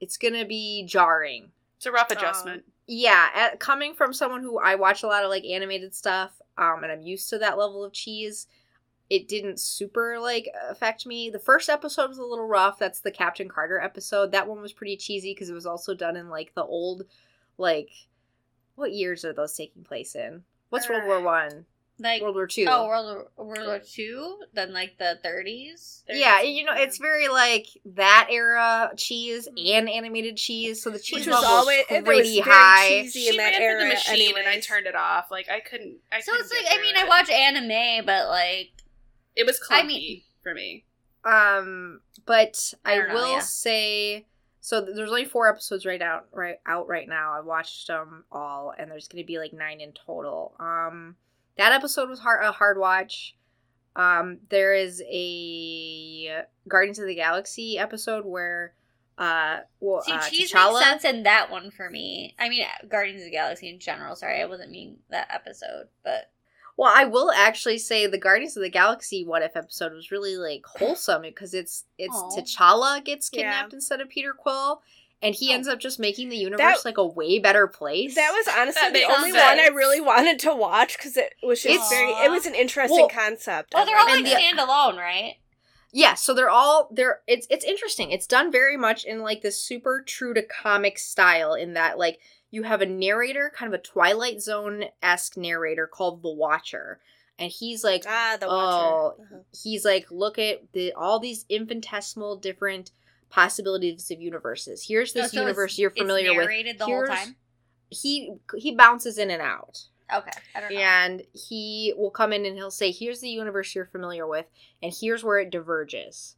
Speaker 1: it's gonna be jarring.
Speaker 4: It's a rough
Speaker 3: Oh.
Speaker 4: Um, adjustment.
Speaker 1: yeah, at, coming from someone who I watch a lot of like animated stuff, um, and I'm used to that level of cheese, it didn't super like affect me. The first episode was a little rough. That's the Captain Carter episode. That one was pretty cheesy because it was also done in like the old, like, what years are those taking place in? What's World War One?
Speaker 2: Like
Speaker 1: World War Two?
Speaker 2: oh, World War, World War Two, then like the 30s.
Speaker 1: yeah, you know, it's very like that era cheese and animated cheese, so the cheese
Speaker 3: Mm-hmm. Which was
Speaker 1: level
Speaker 3: always
Speaker 1: is
Speaker 3: it was
Speaker 1: pretty
Speaker 3: very
Speaker 1: high.
Speaker 3: cheesy in
Speaker 4: she
Speaker 3: that
Speaker 4: ran
Speaker 3: era.
Speaker 4: through the machine and I
Speaker 3: anyways.
Speaker 4: turned it off. Like I couldn't. I
Speaker 2: So
Speaker 4: couldn't
Speaker 2: it's like
Speaker 4: get
Speaker 2: I
Speaker 4: through
Speaker 2: mean
Speaker 4: it.
Speaker 2: I watch anime, but like
Speaker 4: It was clunky
Speaker 2: I mean-
Speaker 4: for me.
Speaker 1: Um, but
Speaker 2: I
Speaker 1: I,
Speaker 2: don't know,
Speaker 1: will
Speaker 2: yeah.
Speaker 1: say so. th- There's only four episodes right out right out right now. I watched them all, and there's going to be like nine in total. Um, that episode was hard a hard watch. Um, there is a Guardians of the Galaxy episode where, uh, well,
Speaker 2: see
Speaker 1: uh,
Speaker 2: cheese
Speaker 1: T'Challa-
Speaker 2: makes sense in that one for me. I mean Guardians of the Galaxy in general. Sorry, I wasn't meaning that episode, but
Speaker 1: Well, I will actually say the Guardians of the Galaxy "What If" episode was really like wholesome because it's it's
Speaker 2: Aw.
Speaker 1: T'Challa gets
Speaker 3: Yeah.
Speaker 1: kidnapped instead of Peter Quill, and he
Speaker 2: Oh.
Speaker 1: ends up just making the universe
Speaker 3: That-
Speaker 1: like a way better place.
Speaker 3: That was honestly
Speaker 4: That
Speaker 3: the
Speaker 4: makes
Speaker 3: only
Speaker 4: sense.
Speaker 3: one I really wanted to watch because it was just
Speaker 1: It's-
Speaker 3: very. It was an interesting
Speaker 1: Well-
Speaker 3: concept.
Speaker 2: well, oh,
Speaker 3: I'm
Speaker 2: they're all
Speaker 3: like,
Speaker 2: like
Speaker 1: And the-
Speaker 2: standalone, right?
Speaker 1: yeah. So they're all they're it's it's interesting. It's done very much in like this super true to comic style in that like you have a narrator, kind of a Twilight Zone esque narrator called the Watcher, and he's like
Speaker 3: ah, the
Speaker 1: Oh,
Speaker 3: Watcher. Uh-huh.
Speaker 1: he's like look at the all these infinitesimal different possibilities of universes here's
Speaker 2: Oh,
Speaker 1: this
Speaker 2: so it's-
Speaker 1: universe you're
Speaker 2: it's
Speaker 1: familiar with
Speaker 2: narrated the whole
Speaker 1: Here's-
Speaker 2: time.
Speaker 1: he he bounces in and out
Speaker 2: Okay, I don't know.
Speaker 1: and he will come in and he'll say here's the universe you're familiar with and here's where it diverges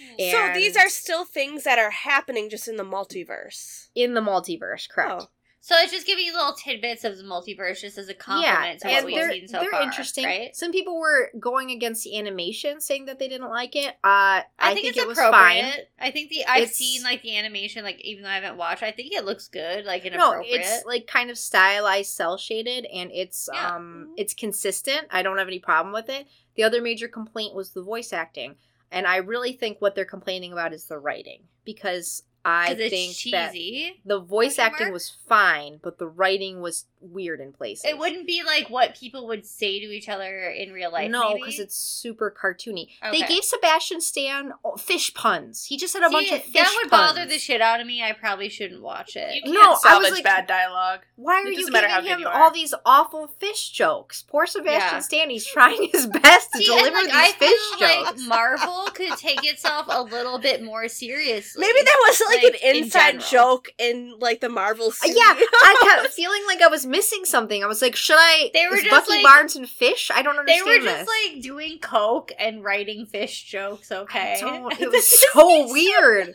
Speaker 2: Hmm.
Speaker 3: So these
Speaker 1: and-
Speaker 3: are still things that are happening just in the multiverse.
Speaker 1: in the multiverse correct
Speaker 3: Oh.
Speaker 2: So it's just giving you little tidbits of the multiverse just as a compliment to Oh, what
Speaker 1: and
Speaker 2: we've
Speaker 1: they're,
Speaker 2: seen so
Speaker 1: they're
Speaker 2: far.
Speaker 1: interesting.
Speaker 2: right?
Speaker 1: Some people were going against the animation, saying that they didn't like it. Uh, I,
Speaker 2: I
Speaker 1: think,
Speaker 2: think,
Speaker 1: it
Speaker 2: it's
Speaker 1: was fine.
Speaker 2: appropriate. I think the I've
Speaker 1: It's-
Speaker 2: seen like the animation, like even though I haven't watched, I think it looks good, like
Speaker 1: no
Speaker 2: inappropriate.
Speaker 1: it's like kind of stylized cell shaded and it's
Speaker 2: Yeah. mm-hmm.
Speaker 1: um
Speaker 3: Mhm.
Speaker 1: it's consistent i don't have any problem with it the other major complaint was the voice acting and i really think what they're complaining about is the writing because i
Speaker 2: 'Cause it's
Speaker 1: think that
Speaker 2: cheesy.
Speaker 1: the voice
Speaker 2: Question
Speaker 1: acting
Speaker 2: mark?
Speaker 1: was fine but the writing was weird in places
Speaker 2: It wouldn't be like what people would say to each other in real life.
Speaker 1: no
Speaker 2: maybe?
Speaker 1: because it's super cartoony they
Speaker 2: Okay.
Speaker 1: gave sebastian stan oh, fish puns he just had a bunch
Speaker 2: See,
Speaker 1: of fish
Speaker 2: that would
Speaker 1: puns.
Speaker 2: bother the shit out of me. I probably shouldn't watch it.
Speaker 4: You
Speaker 1: No,
Speaker 4: can't
Speaker 1: I was
Speaker 4: salvage
Speaker 1: like-
Speaker 4: bad dialogue.
Speaker 1: Why
Speaker 4: It
Speaker 1: are you
Speaker 4: doesn't matter how
Speaker 1: giving
Speaker 4: good
Speaker 1: him
Speaker 4: you are.
Speaker 1: all these awful fish jokes? Poor Sebastian
Speaker 2: Yeah.
Speaker 1: Stan, he's trying his best to
Speaker 2: See, and,
Speaker 1: deliver
Speaker 2: like,
Speaker 1: these
Speaker 2: I
Speaker 1: fish
Speaker 2: feel
Speaker 1: jokes.
Speaker 2: like Mm. Marvel could take itself a little bit more seriously.
Speaker 3: Maybe that was like,
Speaker 2: like,
Speaker 3: an
Speaker 2: in
Speaker 3: inside
Speaker 2: general.
Speaker 3: joke in like the Marvel.
Speaker 1: Uh,
Speaker 3: Studios.
Speaker 1: yeah, I kept feeling like I was missing something. I was like, should I?
Speaker 2: They were
Speaker 1: is
Speaker 2: just
Speaker 1: Bucky
Speaker 2: like-
Speaker 1: Barnes and fish? I don't
Speaker 2: they
Speaker 1: understand
Speaker 2: were just
Speaker 1: this.
Speaker 2: like doing coke and writing fish jokes. Okay,
Speaker 1: I don't- it
Speaker 2: This
Speaker 1: was
Speaker 2: is
Speaker 1: so weird.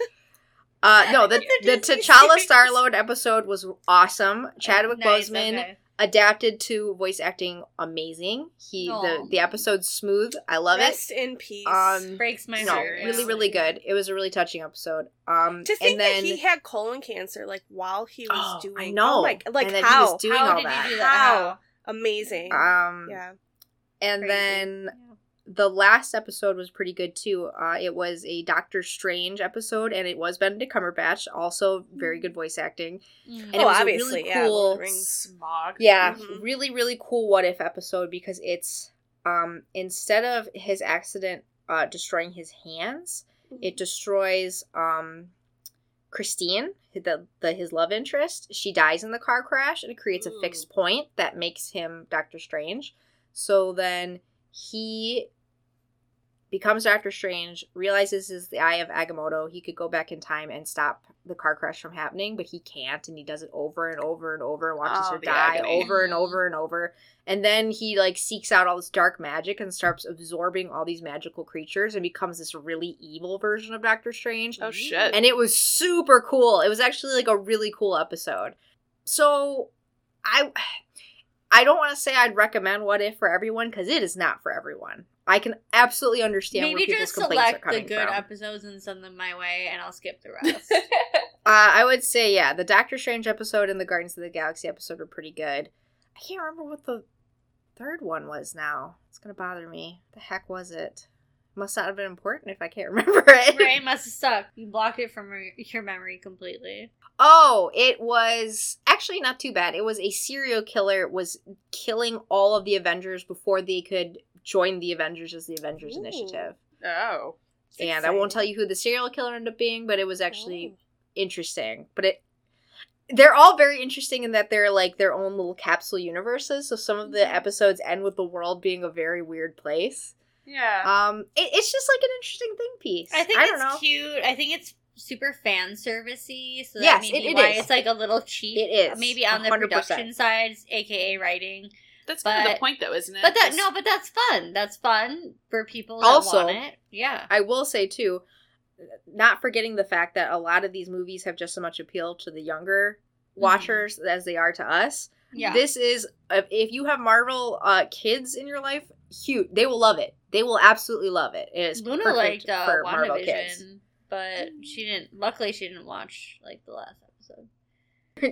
Speaker 1: Uh, no, the,
Speaker 2: It's a
Speaker 1: the
Speaker 2: Disney
Speaker 1: T'Challa
Speaker 2: series. Uh,
Speaker 1: Star Lord episode was awesome. Chadwick
Speaker 2: Nice,
Speaker 1: Boseman
Speaker 2: okay.
Speaker 1: adapted to voice acting amazing. He the,
Speaker 2: Aw.
Speaker 1: the episode's smooth. I love it.
Speaker 3: Rest in peace.
Speaker 1: Um,
Speaker 2: breaks my
Speaker 1: no,
Speaker 2: heart.
Speaker 1: really, really good. It was a really touching episode. Um,
Speaker 3: to think
Speaker 1: and then
Speaker 3: that he had colon cancer, like while he was
Speaker 1: Oh,
Speaker 3: doing,
Speaker 1: I know,
Speaker 3: oh my, like
Speaker 1: and that
Speaker 3: how
Speaker 1: he was doing
Speaker 2: How
Speaker 1: all
Speaker 2: did
Speaker 1: that.
Speaker 2: you do that? How?
Speaker 3: amazing.
Speaker 1: Um,
Speaker 3: yeah,
Speaker 1: and
Speaker 2: Crazy.
Speaker 1: then the last episode was pretty good too. Uh, it was a Doctor Strange episode, and it was Benedict Cumberbatch, also very good voice acting,
Speaker 2: Mm.
Speaker 1: and
Speaker 3: Oh,
Speaker 1: it was a
Speaker 3: obviously,
Speaker 1: really
Speaker 3: yeah, Lord of
Speaker 1: cool,
Speaker 3: the Rings.
Speaker 4: Smog.
Speaker 1: yeah,
Speaker 3: Mhm.
Speaker 1: really really cool what if episode because it's um instead of his accident uh destroying his hands, it destroys um Christine, the, the his love interest. She dies in the car crash, and it creates a
Speaker 3: Ooh.
Speaker 1: fixed point that makes him Doctor Strange. So then he becomes Doctor Strange, realizes is the Eye of Agamotto. He could go back in time and stop the car crash from happening, but he can't, and he does it over and over and over, and watches
Speaker 4: Oh,
Speaker 1: her
Speaker 4: the
Speaker 1: die
Speaker 4: agony.
Speaker 1: over and over and over. And then he like seeks out all this dark magic and starts absorbing all these magical creatures and becomes this really evil version of Doctor Strange.
Speaker 4: Oh shit.
Speaker 1: And it was super cool. It was actually like a really cool episode. So I I don't want to say I'd recommend What If for everyone because it is not for everyone. I can absolutely understand where
Speaker 2: Maybe
Speaker 1: people's
Speaker 2: just
Speaker 1: complaints are
Speaker 2: select the
Speaker 1: coming
Speaker 2: good
Speaker 1: from.
Speaker 2: episodes and send them my way, and I'll skip the rest.
Speaker 1: Uh, I would say yeah, the Doctor Strange episode and the Guardians of the Galaxy episode are pretty good. I can't remember what the third one was now. It's gonna bother me. The heck was it? Must not have been important if I can't remember it.
Speaker 2: Right? Must have sucked. You blocked it from your- your memory completely.
Speaker 1: Oh, it was actually not too bad. It was a serial killer was killing all of the Avengers before they could join the Avengers as the Avengers
Speaker 3: Ooh.
Speaker 1: initiative.
Speaker 4: Oh.
Speaker 3: It's
Speaker 1: And I won't
Speaker 3: exciting.
Speaker 1: tell you who the serial killer ended up being, but it was actually
Speaker 3: Oh.
Speaker 1: interesting. But it they're all very interesting in that they're like their own little capsule universes. So some of the
Speaker 4: Mhm.
Speaker 1: episodes end with the world being a very weird place.
Speaker 4: Yeah.
Speaker 1: Um, it, it's just like an interesting thing piece.
Speaker 2: I think
Speaker 1: I don't
Speaker 2: it's
Speaker 1: know.
Speaker 2: cute. I think it's super fan servicey. So
Speaker 1: Yes,
Speaker 2: that may
Speaker 1: it-
Speaker 2: be
Speaker 1: it
Speaker 2: why
Speaker 1: is.
Speaker 2: it's like a little cheap.
Speaker 1: It is,
Speaker 2: Maybe on the
Speaker 1: 100%.
Speaker 2: production side, aka writing.
Speaker 4: That's kind of
Speaker 2: but-
Speaker 4: the point, though, isn't it?
Speaker 2: But that
Speaker 4: Just-
Speaker 2: no, but that's fun. That's fun for people that
Speaker 1: Also-
Speaker 2: want it. Yeah.
Speaker 1: I will say too, not forgetting the fact that a lot of these movies have just so much appeal to the younger watchers as they are to us.
Speaker 2: Mm-hmm. Yeah.
Speaker 1: This is if- if you have Marvel uh, kids in your life, huge. They will love it. They will absolutely love it. It is
Speaker 2: Luna
Speaker 1: perfect
Speaker 2: liked uh,
Speaker 1: for Marvel kids.
Speaker 2: WandaVision, but she didn't. Luckily, she didn't watch like the last episode.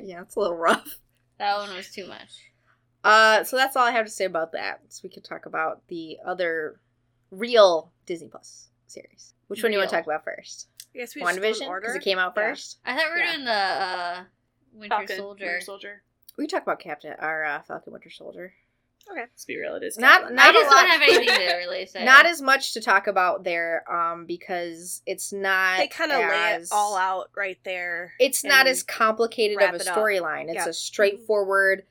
Speaker 1: yeah, it's a little rough.
Speaker 2: That one was too much.
Speaker 1: Uh, so that's all I have to say about that. So we can talk about the other real Disney Plus series. Which one do you want to
Speaker 2: Real.
Speaker 1: talk about first?
Speaker 3: I guess we just
Speaker 1: One
Speaker 3: go in
Speaker 1: Division because
Speaker 3: order.
Speaker 1: it came out
Speaker 3: Yeah.
Speaker 1: first.
Speaker 2: I thought we were
Speaker 1: Yeah.
Speaker 2: doing the uh, Winter
Speaker 4: Falcon,
Speaker 2: Soldier.
Speaker 4: Winter Soldier.
Speaker 1: We talk about Captain our uh, Falcon Winter Soldier.
Speaker 4: Let's be real, it is.
Speaker 1: Not-
Speaker 4: Captain.
Speaker 1: not
Speaker 2: I
Speaker 1: a
Speaker 2: just don't
Speaker 1: lot.
Speaker 2: have anything to really say.
Speaker 1: not as much to talk about there um because it's not
Speaker 3: They kind of lay it
Speaker 1: as-
Speaker 3: all out right there.
Speaker 1: it's not
Speaker 3: and
Speaker 1: as complicated
Speaker 3: wrap
Speaker 1: of a
Speaker 3: it up.
Speaker 1: storyline it's
Speaker 3: Yeah.
Speaker 1: a straightforward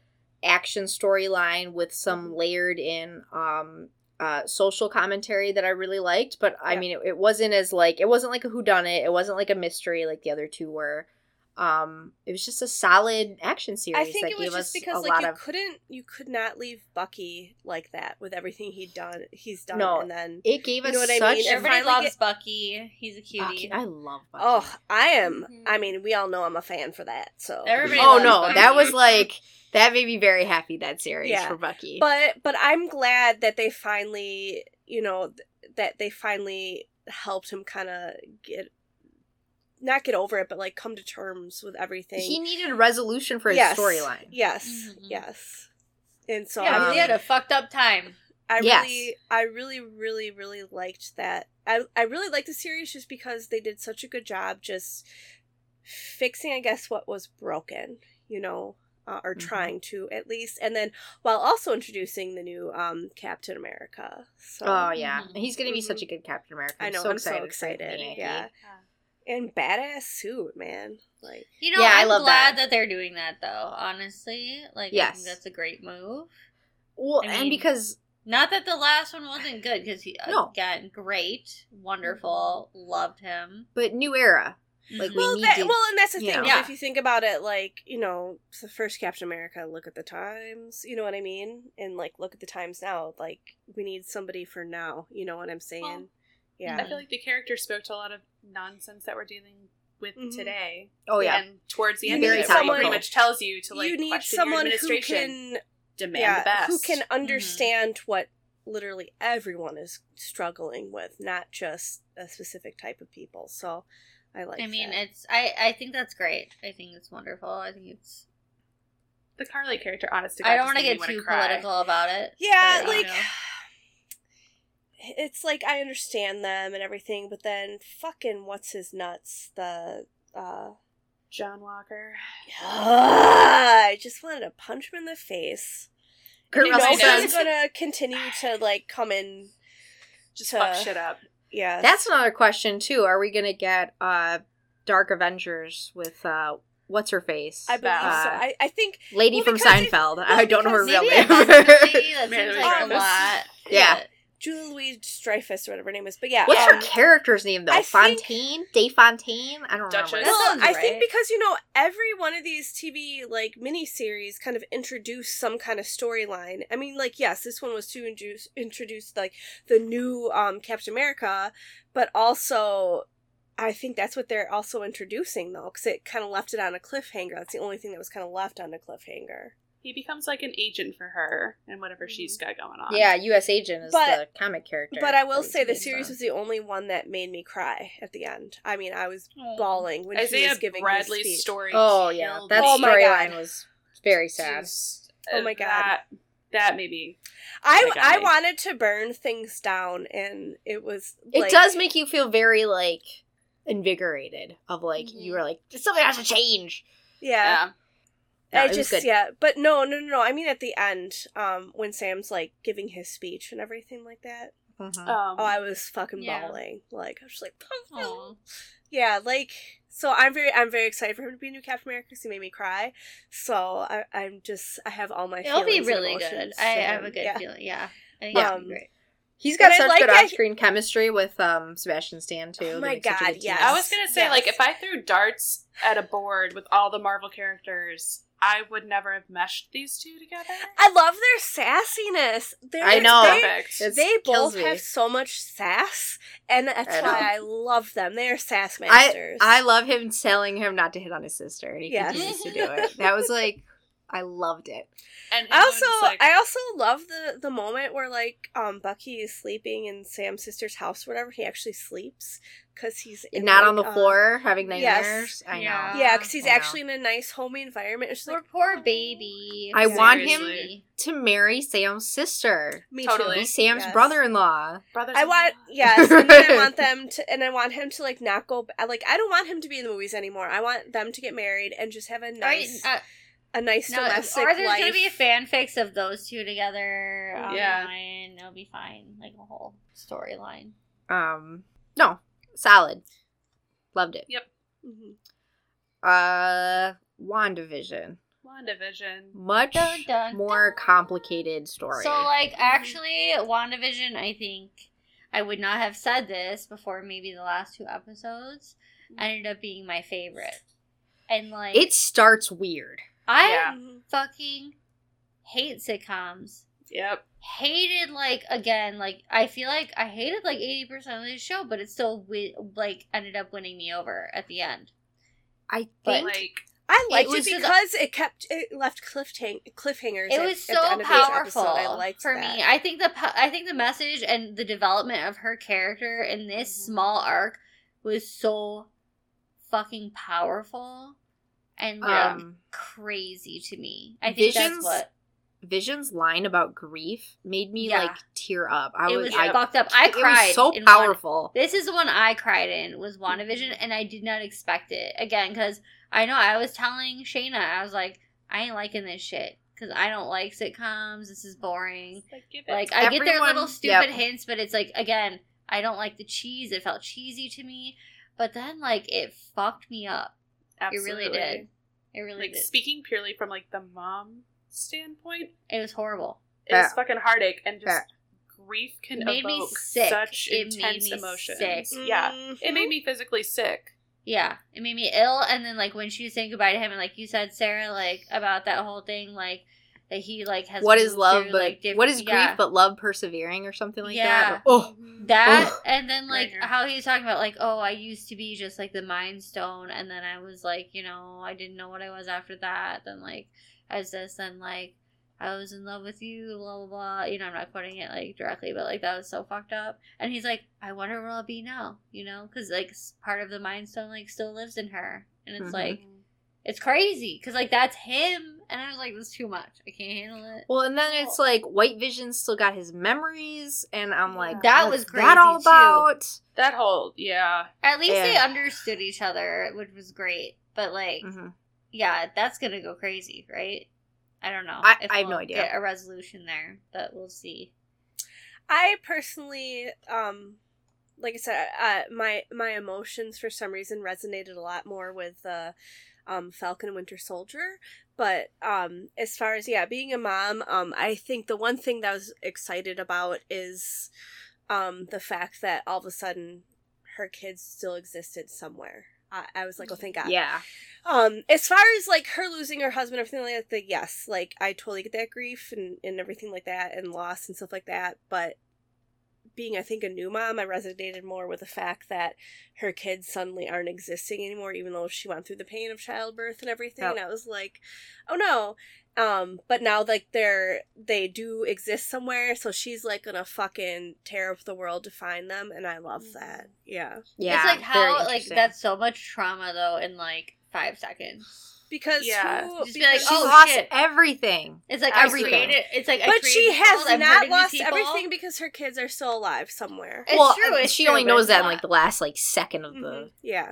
Speaker 1: action storyline with some
Speaker 3: Mm-hmm.
Speaker 1: layered in um uh social commentary that i really liked but i
Speaker 3: Yeah.
Speaker 1: mean it, it wasn't as like it wasn't like a whodunit it wasn't like a mystery like the other two were um it was just a solid action series
Speaker 3: I think
Speaker 1: that
Speaker 3: it was
Speaker 1: gave us
Speaker 3: just because
Speaker 1: a
Speaker 3: like
Speaker 1: lot
Speaker 3: you
Speaker 1: of
Speaker 3: couldn't you could not leave Bucky like that with everything he'd done he's done
Speaker 1: No,
Speaker 3: and then
Speaker 1: it gave
Speaker 3: You
Speaker 1: us
Speaker 3: know what I
Speaker 1: such
Speaker 3: mean?
Speaker 2: Everybody
Speaker 3: finally
Speaker 2: loves
Speaker 3: get-
Speaker 2: Bucky. He's a cutie.
Speaker 1: Bucky- i love Bucky.
Speaker 3: oh I am
Speaker 2: Mhm.
Speaker 3: I mean we all know I'm a fan for that so
Speaker 2: Everybody
Speaker 1: oh
Speaker 2: loves
Speaker 1: no,
Speaker 2: Bucky.
Speaker 1: that was like that made me very happy. That series
Speaker 3: Yeah.
Speaker 1: for Bucky.
Speaker 3: but but I'm glad that they finally you know th- that they finally helped him kind of get not get over it but like come to terms with everything
Speaker 1: he Mm-hmm. needed a resolution for his
Speaker 3: Yes.
Speaker 1: storyline.
Speaker 3: yes
Speaker 2: Mhm.
Speaker 3: yes and so
Speaker 2: yeah,
Speaker 3: I'm-
Speaker 2: but he had a fucked up time.
Speaker 3: I
Speaker 1: Yes.
Speaker 3: really, I really, really, really liked that. I, I really liked the series just because they did such a good job just fixing, I guess, what was broken, you know, uh, or
Speaker 1: Mhm.
Speaker 3: trying to at least, and then while also introducing the new um, Captain America. So
Speaker 1: Oh yeah,
Speaker 2: Mhm.
Speaker 1: he's gonna be such
Speaker 3: Mhm.
Speaker 1: a good Captain America.
Speaker 3: I know,
Speaker 1: so
Speaker 3: I'm
Speaker 1: excited
Speaker 3: so
Speaker 1: for
Speaker 3: excited.
Speaker 1: Anthony Mackie.
Speaker 3: Yeah, and badass suit, man. Like,
Speaker 2: You know,
Speaker 1: Yeah, I
Speaker 2: I'm
Speaker 1: love
Speaker 2: glad
Speaker 1: that.
Speaker 2: that. they're doing that though. Honestly, like I
Speaker 1: Yes.
Speaker 2: think that's a great move.
Speaker 1: Well,
Speaker 2: I
Speaker 1: and
Speaker 2: mean-
Speaker 1: because
Speaker 2: Not that the last one wasn't good because he
Speaker 1: No.
Speaker 2: again great, wonderful, loved him.
Speaker 1: but new era. Like, we-
Speaker 2: Mhm.
Speaker 3: well,
Speaker 1: need
Speaker 3: that,
Speaker 1: to-
Speaker 3: well, and that's the
Speaker 1: you
Speaker 3: thing.
Speaker 1: know.
Speaker 3: is
Speaker 2: Yeah.
Speaker 3: If you think about it, like you know, it's the first Captain America. Look at the times. You know what I mean? And like, look at the times now. Like, we need somebody for now. You know what I'm saying?
Speaker 4: Well,
Speaker 3: yeah.
Speaker 4: I feel like the character spoke to a lot of nonsense that we're dealing with
Speaker 3: Mhm.
Speaker 4: today.
Speaker 1: oh yeah,
Speaker 4: And towards the
Speaker 3: You
Speaker 4: end
Speaker 1: need
Speaker 4: of it, where he
Speaker 1: someone-
Speaker 4: pretty much tells you to like
Speaker 3: you need
Speaker 4: question
Speaker 3: someone
Speaker 4: your
Speaker 3: who
Speaker 4: administration,
Speaker 3: can,
Speaker 4: demand the
Speaker 3: yeah,
Speaker 4: best. Mm-hmm.
Speaker 3: who can understand what literally everyone is struggling with, not just a specific type of people. So, I like.
Speaker 2: I mean,
Speaker 3: that.
Speaker 2: it's I I think that's great. I think it's wonderful. I think it's.
Speaker 4: the Carly character, honest to God,
Speaker 2: I don't
Speaker 4: just
Speaker 2: want to
Speaker 4: made me
Speaker 2: get
Speaker 4: wanna
Speaker 2: too
Speaker 4: cry.
Speaker 2: political about it.
Speaker 3: Yeah,
Speaker 2: but, you
Speaker 3: like
Speaker 2: know.
Speaker 3: it's like I understand them and everything, but then fucking what's his nuts? The uh
Speaker 4: John Walker.
Speaker 3: I just wanted to punch him in the face.
Speaker 1: Kurt
Speaker 4: you
Speaker 3: No,
Speaker 4: know,
Speaker 1: Russell
Speaker 4: because-
Speaker 3: he's
Speaker 1: says
Speaker 3: gonna continue to like come in.
Speaker 4: Just
Speaker 3: To-
Speaker 4: fuck shit up.
Speaker 3: Yeah,
Speaker 1: that's another question too. Are we gonna get uh Dark Avengers with uh what's her face?
Speaker 3: I believe so.
Speaker 1: Uh,
Speaker 3: I, I think
Speaker 1: lady
Speaker 3: well,
Speaker 1: from
Speaker 3: because if-
Speaker 1: Seinfeld.
Speaker 3: well,
Speaker 1: I don't know her
Speaker 3: because
Speaker 1: real
Speaker 2: Maybe
Speaker 1: name.
Speaker 2: a possibility, that
Speaker 4: Mary
Speaker 2: seems
Speaker 4: Lou
Speaker 2: like a
Speaker 3: Dreyfus.
Speaker 2: lot.
Speaker 1: Yeah.
Speaker 2: but-
Speaker 3: Julie Louis Dreyfus or whatever her name is, but yeah,
Speaker 1: What's
Speaker 3: um,
Speaker 1: her character's name though?
Speaker 3: I think-
Speaker 1: Fontaine, De Fontaine. I don't
Speaker 4: Duchess.
Speaker 1: remember.
Speaker 2: That
Speaker 3: Well,
Speaker 2: sounds
Speaker 3: I
Speaker 2: right.
Speaker 3: think because you know every one of these TV like miniseries kind of introduce some kind of storyline. I mean, like yes, this one was to introduce introduce like the new um, Captain America, but also I think that's what they're also introducing though, because it kind of left it on a cliffhanger. That's the only thing that was kind of left on a cliffhanger.
Speaker 4: He becomes like an agent for her and whatever she's got going on.
Speaker 1: Yeah, U.S. Agent is
Speaker 3: But-
Speaker 1: the comic character.
Speaker 3: But I will
Speaker 1: that
Speaker 3: say the
Speaker 1: he's based
Speaker 3: series
Speaker 1: on.
Speaker 3: was the only one that made me cry at the end. I mean, I was
Speaker 2: oh.
Speaker 3: bawling when he
Speaker 4: Isaiah
Speaker 3: was giving his
Speaker 4: Bradley's
Speaker 3: speech.
Speaker 4: story.
Speaker 1: Oh yeah,
Speaker 4: killed
Speaker 1: that
Speaker 4: me.
Speaker 3: Oh my God.
Speaker 1: storyline was very sad.
Speaker 4: Just,
Speaker 3: Oh
Speaker 4: uh,
Speaker 3: my God.
Speaker 4: that- That maybe.
Speaker 3: I
Speaker 4: Like,
Speaker 3: I
Speaker 4: I-
Speaker 3: wanted to burn things down, and it was
Speaker 1: It
Speaker 3: like,
Speaker 1: does make you feel very like invigorated of like
Speaker 3: Mm-hmm.
Speaker 1: you
Speaker 2: Mhm.
Speaker 1: were like something has to change.
Speaker 3: Yeah,
Speaker 1: No,
Speaker 3: I
Speaker 1: it was
Speaker 3: just
Speaker 1: good.
Speaker 3: yeah, but no, no, no, no. I mean, at the end, um, when Sam's like giving his speech and everything like that,
Speaker 1: Mhm.
Speaker 4: Um,
Speaker 3: oh, I was fucking
Speaker 2: Yeah.
Speaker 3: bawling. Like I was just like,
Speaker 2: Aw.
Speaker 3: yeah, like so. I'm very, I'm very excited for him to be a new Captain America because he made me cry. So I, I'm just, I have all my.
Speaker 2: It'll be
Speaker 3: feelings and
Speaker 2: really good.
Speaker 3: emotions
Speaker 2: I, I
Speaker 3: to
Speaker 2: have
Speaker 3: him.
Speaker 2: a good
Speaker 3: Yeah.
Speaker 2: feeling. Yeah. I think
Speaker 3: Yeah.
Speaker 2: it'll be great.
Speaker 1: He's got
Speaker 3: But I
Speaker 1: such
Speaker 3: like
Speaker 1: good
Speaker 3: that he-
Speaker 1: on-screen chemistry with um Sebastian Stan too.
Speaker 3: Oh
Speaker 1: They
Speaker 3: my
Speaker 1: make such a
Speaker 3: God,
Speaker 1: good
Speaker 3: yes.
Speaker 1: team.
Speaker 4: I was gonna say,
Speaker 3: Yes.
Speaker 4: like, if I threw darts at a board with all the Marvel characters, I would never have meshed these two together.
Speaker 3: I love their sassiness. They're,
Speaker 1: I know.
Speaker 3: they-
Speaker 4: Perfect.
Speaker 1: It's-
Speaker 3: they
Speaker 1: kills
Speaker 3: both
Speaker 1: me.
Speaker 3: have so much sass, and that's
Speaker 1: I know.
Speaker 3: why I love them. They are sass
Speaker 1: I
Speaker 3: masters.
Speaker 1: I love him telling him not to hit on his sister, and he
Speaker 3: Yes.
Speaker 1: continues to do it. That was like, I loved it.
Speaker 4: and
Speaker 3: I
Speaker 4: him
Speaker 3: also
Speaker 4: just, like,
Speaker 3: I also love the the moment where like um Bucky is sleeping in Sam's sister's house, or whatever. He actually sleeps because he's in,
Speaker 1: Not
Speaker 3: like,
Speaker 1: on the
Speaker 3: uh,
Speaker 1: floor, having
Speaker 3: yes.
Speaker 1: nightmares. I know.
Speaker 2: Yeah.
Speaker 3: yeah, because he's
Speaker 1: I know.
Speaker 3: actually in a nice homey environment. It's just
Speaker 2: Poor,
Speaker 3: like
Speaker 2: poor baby.
Speaker 1: I
Speaker 4: want him-
Speaker 2: Seriously.
Speaker 1: To marry Sam's sister,
Speaker 3: me
Speaker 4: Totally.
Speaker 3: too.
Speaker 1: be Sam's
Speaker 3: Yes.
Speaker 1: brother-in-law.
Speaker 4: brothers
Speaker 3: I
Speaker 4: in
Speaker 3: want
Speaker 4: law.
Speaker 3: yes, and then I want them to, and I want him to like not go. ba- Like I don't want him to be in the movies anymore. I want them to get married and just have a nice,
Speaker 2: Right, uh,
Speaker 3: a nice
Speaker 2: no,
Speaker 3: domestic
Speaker 2: or there's
Speaker 3: life.
Speaker 2: gonna be fanfics of those two together
Speaker 4: Yeah.
Speaker 2: online. It'll be fine, like a whole storyline.
Speaker 1: Um, no, solid. Loved it.
Speaker 3: Mhm.
Speaker 1: Uh, Wandavision,
Speaker 4: WandaVision.
Speaker 1: much
Speaker 2: Dun, dun,
Speaker 1: more
Speaker 2: dun.
Speaker 1: complicated story.
Speaker 2: So, like, actually, WandaVision, I think I would not have said this before maybe the last two episodes, ended up being my favorite. And, like,
Speaker 1: it starts weird.
Speaker 2: I
Speaker 4: Yeah.
Speaker 3: Mhm.
Speaker 2: fucking hate sitcoms.
Speaker 4: Yep.
Speaker 2: Hated, like, again, like, I feel like I hated, like, 80% of the show, but it still, wi- like, ended up winning me over at the end.
Speaker 1: I
Speaker 2: But,
Speaker 1: think
Speaker 4: Like,
Speaker 3: I liked
Speaker 2: was
Speaker 3: it,
Speaker 2: just-
Speaker 3: because it kept it left cliffhang cliffhangers.
Speaker 2: It
Speaker 3: at-
Speaker 2: was
Speaker 3: at
Speaker 2: so
Speaker 3: the end of each
Speaker 2: powerful
Speaker 3: episode. I liked
Speaker 2: for
Speaker 3: that.
Speaker 2: me. I think the po- I think the message and the development of her character in this
Speaker 3: Mm-hmm.
Speaker 4: Mhm.
Speaker 2: small arc was so fucking powerful and like
Speaker 4: Yeah.
Speaker 1: um,
Speaker 2: crazy to me. I think
Speaker 1: Visions-
Speaker 2: that's what
Speaker 1: Vision's line about grief made me
Speaker 2: Yeah.
Speaker 1: like tear up. I
Speaker 2: it
Speaker 1: was,
Speaker 2: was
Speaker 1: I,
Speaker 2: fucked up. I cried.
Speaker 1: It was so
Speaker 2: in Wanda-
Speaker 1: powerful.
Speaker 2: This is the one I cried in was WandaVision, and I did not expect it again because I know I was telling Shayna I was like I ain't liking this shit because I don't like sitcoms. This is boring.
Speaker 4: like, give it.
Speaker 2: Like I get their
Speaker 1: Everyone-
Speaker 2: little stupid
Speaker 1: yep.
Speaker 2: hints, but it's like again, I don't like the cheese. It felt cheesy to me. But then like it fucked me up. It really did. It really
Speaker 4: Like
Speaker 2: did.
Speaker 4: speaking purely from like the mom standpoint,
Speaker 2: it was horrible.
Speaker 4: it was
Speaker 1: Fair.
Speaker 4: fucking heartache and just
Speaker 1: Fair.
Speaker 4: grief can
Speaker 2: It made me
Speaker 4: evoke
Speaker 2: sick.
Speaker 4: such
Speaker 2: It made
Speaker 4: intense
Speaker 2: me Mm-hmm.
Speaker 4: emotions. Mm-hmm.
Speaker 2: sick.
Speaker 4: Yeah.
Speaker 3: Mhm.
Speaker 4: It made me physically sick.
Speaker 2: Yeah. It made me ill and then like when she was saying goodbye to him and like you said, Sarah, like about that whole thing, like that he like has
Speaker 1: What is
Speaker 2: moved
Speaker 1: love
Speaker 2: through,
Speaker 1: but
Speaker 2: like, diff-
Speaker 1: what is grief
Speaker 2: yeah.
Speaker 1: but love persevering or something like
Speaker 2: Yeah.
Speaker 1: that? Oh,
Speaker 2: That
Speaker 1: Ugh.
Speaker 2: and then like
Speaker 4: Right here.
Speaker 2: how he was talking about like oh I used to be just like the mind stone and then I was like you know I didn't know what I was after that then like as this then like I was in love with you blah blah blah you know I'm not quoting it like directly but like that was so fucked up and he's like I wonder where I'll be now you know because like s- part of the mind stone like still lives in her and it's
Speaker 1: Mhm.
Speaker 2: like it's crazy because like that's him and I was like this is too much I can't handle it
Speaker 1: well, and then it's like White Vision still got his memories, and I'm like,
Speaker 2: That
Speaker 1: what's
Speaker 2: was
Speaker 1: that all
Speaker 2: crazy, too.
Speaker 1: about?
Speaker 4: That whole yeah.
Speaker 2: at least they
Speaker 1: Yeah.
Speaker 2: understood each other which was great but like.
Speaker 1: Mhm.
Speaker 2: yeah, that's gonna go crazy, right? I don't know.
Speaker 1: I- I have no
Speaker 2: we'll
Speaker 1: idea.
Speaker 2: Get a resolution there, but we'll see.
Speaker 3: I personally, um, like I said, uh, my my emotions for some reason resonated a lot more with the um, Falcon and Winter Soldier. But um, as far as yeah, being a mom, um, I think the one thing that I was excited about is um, the fact that all of a sudden her kids still existed somewhere. I, I was like, oh, thank God.
Speaker 1: Yeah,
Speaker 3: Um, as far as like her losing her husband, everything like that, yes, like I totally get that grief and, and everything like that, and loss and stuff like that. But being, I think, a new mom, I resonated more with the fact that her kids suddenly aren't existing anymore, even though she went through the pain of childbirth and everything.
Speaker 1: Yep.
Speaker 3: And I was like, oh no. Um, but now like they're they do exist somewhere, so she's like gonna fucking tear up the world to find them, and I love that. Yeah.
Speaker 1: yeah.
Speaker 2: it's like
Speaker 1: very
Speaker 2: how like
Speaker 1: interesting.
Speaker 2: that's so much trauma though in like five seconds.
Speaker 3: Because
Speaker 4: Yeah.
Speaker 3: who?
Speaker 2: Just be
Speaker 3: because-
Speaker 2: like,
Speaker 1: She
Speaker 2: oh,
Speaker 1: lost
Speaker 2: shit.
Speaker 1: everything.
Speaker 2: It's like
Speaker 1: Everything.
Speaker 2: I created. It's like I
Speaker 3: but she
Speaker 2: created this world,
Speaker 3: has
Speaker 2: I'm
Speaker 3: not
Speaker 2: hurting these
Speaker 3: lost
Speaker 2: people.
Speaker 3: everything because her kids are still alive somewhere.
Speaker 2: It's
Speaker 1: well,
Speaker 2: true, it's
Speaker 1: she
Speaker 2: true,
Speaker 1: only
Speaker 2: but
Speaker 1: knows
Speaker 2: it's
Speaker 1: that in
Speaker 2: not. Mm-hmm.
Speaker 1: like the last like second of
Speaker 3: Mhm.
Speaker 1: the.
Speaker 3: Yeah.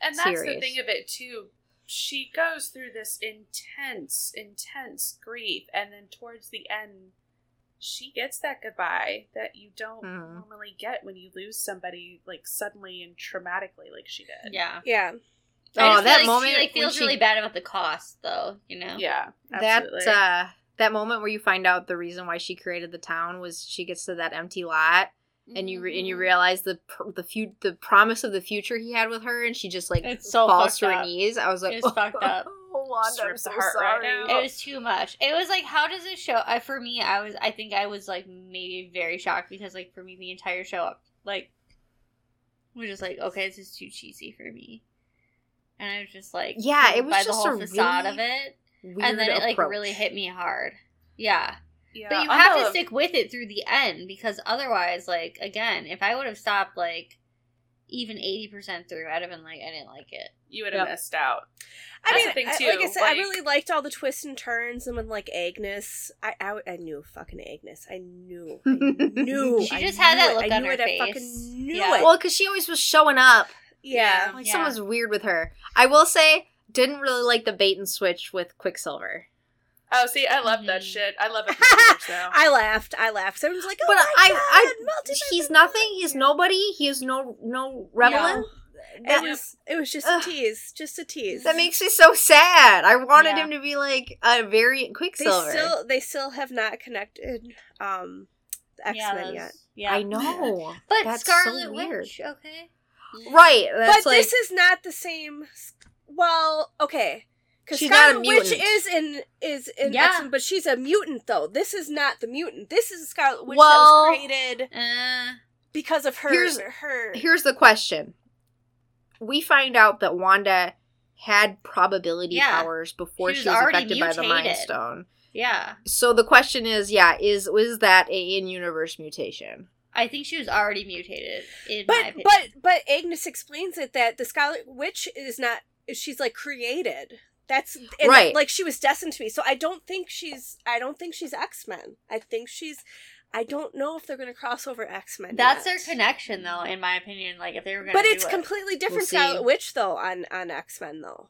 Speaker 4: And that's the
Speaker 1: Serious.
Speaker 4: thing of it too. She goes through this intense, intense grief, and then towards the end, she gets that goodbye that you don't
Speaker 1: Mhm.
Speaker 4: normally get when you lose somebody like suddenly and traumatically, like she did.
Speaker 2: Yeah.
Speaker 3: Yeah.
Speaker 1: Oh,
Speaker 2: I just feel
Speaker 1: that
Speaker 2: like
Speaker 1: moment
Speaker 2: She like,
Speaker 1: when
Speaker 2: feels
Speaker 1: she-
Speaker 2: really bad about the cost, though. You know.
Speaker 4: yeah,
Speaker 1: That
Speaker 4: absolutely.
Speaker 1: uh, that moment where you find out the reason why she created the town was she gets to that empty lot and you re- and
Speaker 2: Mm-hmm.
Speaker 1: you realize the pr- the few the promise of the future he had with her, and she just like
Speaker 2: It's so
Speaker 1: falls
Speaker 2: fucked
Speaker 1: to her
Speaker 2: up.
Speaker 1: knees. I was like,
Speaker 2: It's fucked up.
Speaker 1: Oh, Wanda, I'm
Speaker 4: Strips
Speaker 1: so
Speaker 4: the heart right
Speaker 1: sorry.
Speaker 4: out.
Speaker 2: It was too much. It was like, how does this show? I for me, I was, I think I was like maybe very shocked because like for me, the entire show up like was just like, okay, this is too cheesy for me, and I was just like,
Speaker 1: Yeah, it
Speaker 2: fooled
Speaker 1: was
Speaker 2: by the
Speaker 1: just
Speaker 2: whole
Speaker 1: a
Speaker 2: facade
Speaker 1: really
Speaker 2: of it,
Speaker 1: Weird
Speaker 2: and then it like
Speaker 1: approach.
Speaker 2: really hit me hard. Yeah,
Speaker 4: yeah.
Speaker 2: but you
Speaker 4: I
Speaker 2: have
Speaker 4: know
Speaker 2: to
Speaker 4: of-
Speaker 2: stick with it through the end because otherwise, like again, if I would have stopped like even eighty percent through, I'd have been like, I didn't like it.
Speaker 4: You would have
Speaker 1: Yep.
Speaker 4: missed out.
Speaker 3: I
Speaker 4: That's
Speaker 3: mean,
Speaker 4: the thing,
Speaker 3: I-
Speaker 4: too,
Speaker 3: like I said, I
Speaker 4: like-
Speaker 3: really liked all the twists and turns, and when like Agnes, I I, I knew fucking Agnes. I knew, I knew.
Speaker 2: She
Speaker 3: I
Speaker 2: just had
Speaker 3: knew
Speaker 2: that
Speaker 3: it.
Speaker 2: look
Speaker 3: I
Speaker 2: on
Speaker 3: knew
Speaker 2: her
Speaker 3: it. I
Speaker 2: face.
Speaker 3: fucking knew
Speaker 2: Yeah.
Speaker 3: it.
Speaker 1: Well, because she always was showing up.
Speaker 3: yeah.
Speaker 1: Like
Speaker 2: Yeah.
Speaker 1: someone's weird with her. I will say, didn't really like the bait and switch with Quicksilver.
Speaker 4: Oh, see, I love that
Speaker 2: Mhm.
Speaker 4: shit. I love it. for years now.
Speaker 3: I laughed. I laughed. Someone was like, "Oh
Speaker 1: But
Speaker 3: my
Speaker 1: I-
Speaker 3: god,
Speaker 1: I-
Speaker 3: multiverse
Speaker 1: He's
Speaker 3: of
Speaker 1: nothing.
Speaker 3: God."
Speaker 1: He's nobody. He is no no rebelin.
Speaker 3: It
Speaker 1: That,
Speaker 3: was. It was just
Speaker 1: Ugh.
Speaker 3: a tease. Just a tease.
Speaker 1: that makes me so sad. I wanted
Speaker 2: Yeah.
Speaker 1: him to be like a very
Speaker 3: they
Speaker 1: Quicksilver.
Speaker 3: still. They still have not connected. Um, the X
Speaker 2: Yeah,
Speaker 3: Men
Speaker 2: those-
Speaker 3: yet.
Speaker 2: Yeah,
Speaker 1: I know.
Speaker 2: But
Speaker 1: That's so
Speaker 2: Scarlet
Speaker 1: weird.
Speaker 2: Witch, okay?
Speaker 1: Right. That's
Speaker 3: but
Speaker 1: like
Speaker 3: this is not the same. s- Well, okay, because
Speaker 1: She's not a
Speaker 3: Scarlet Witch
Speaker 1: mutant.
Speaker 3: is in is in
Speaker 2: Yeah.
Speaker 3: X-Men, but she's a mutant though. This is not the mutant. This is Scarlet Witch
Speaker 1: Well-
Speaker 3: that was created
Speaker 2: Uh,
Speaker 3: because of her.
Speaker 1: Here's-
Speaker 3: her.
Speaker 1: here's the question. We find out that Wanda had probability
Speaker 2: Yeah.
Speaker 1: powers before
Speaker 2: She
Speaker 1: she
Speaker 2: was
Speaker 1: was,
Speaker 2: already
Speaker 1: affected by the Mind
Speaker 2: mutated.
Speaker 1: Stone.
Speaker 2: yeah.
Speaker 1: So the question is, yeah, is was that a in universe mutation?
Speaker 2: I think she was already mutated. In my
Speaker 3: but
Speaker 2: opinion.
Speaker 3: but but Agnes explains it that the Scarlet Witch is not. She's like created. That's and,
Speaker 1: Right.
Speaker 3: Like she was destined to be. So I don't think she's. I don't think she's X Men. I think she's. I don't know if they're going to cross over X Men.
Speaker 2: that's
Speaker 3: yet.
Speaker 2: their connection, though. In my opinion, like if they were gonna,
Speaker 3: But
Speaker 2: do
Speaker 3: it's
Speaker 2: it.
Speaker 3: completely different
Speaker 1: see.
Speaker 3: Scarlet Witch though on on X Men though.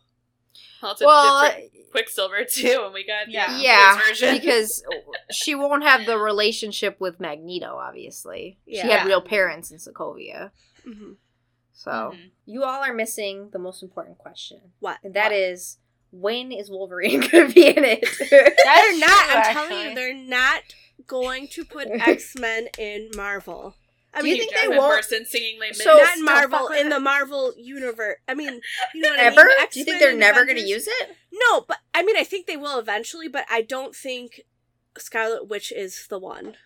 Speaker 4: Well, it's a
Speaker 1: Well,
Speaker 4: different Quicksilver too, and we got the
Speaker 2: Yeah.
Speaker 1: yeah,
Speaker 4: Netflix version.
Speaker 1: because she won't have the relationship with Magneto. Obviously, she
Speaker 3: Yeah.
Speaker 1: had real parents in Sokovia. Mm-hmm. So
Speaker 3: Mm-hmm.
Speaker 2: Mhm.
Speaker 1: you all are missing the most important question,
Speaker 3: What?
Speaker 1: and that is when is Wolverine going to be in it?
Speaker 2: That's
Speaker 3: they're not.
Speaker 2: true,
Speaker 3: I'm telling
Speaker 2: actually.
Speaker 3: you, they're not going to put X Men in Marvel. I
Speaker 1: Do you
Speaker 3: mean,
Speaker 1: think they
Speaker 4: Jasmine
Speaker 1: won't-
Speaker 4: Burson singing Les
Speaker 1: So-
Speaker 4: Mis.
Speaker 3: not in
Speaker 1: Stop
Speaker 3: Marvel
Speaker 1: fucking-
Speaker 3: in the Marvel universe. I mean, you know what I mean?
Speaker 1: ever? Do you think
Speaker 3: X-Men
Speaker 1: they're
Speaker 3: and
Speaker 1: never going to use
Speaker 3: Avengers-
Speaker 1: it?
Speaker 3: No, but I mean, I think they will eventually. But I don't think Scarlet Witch is the one.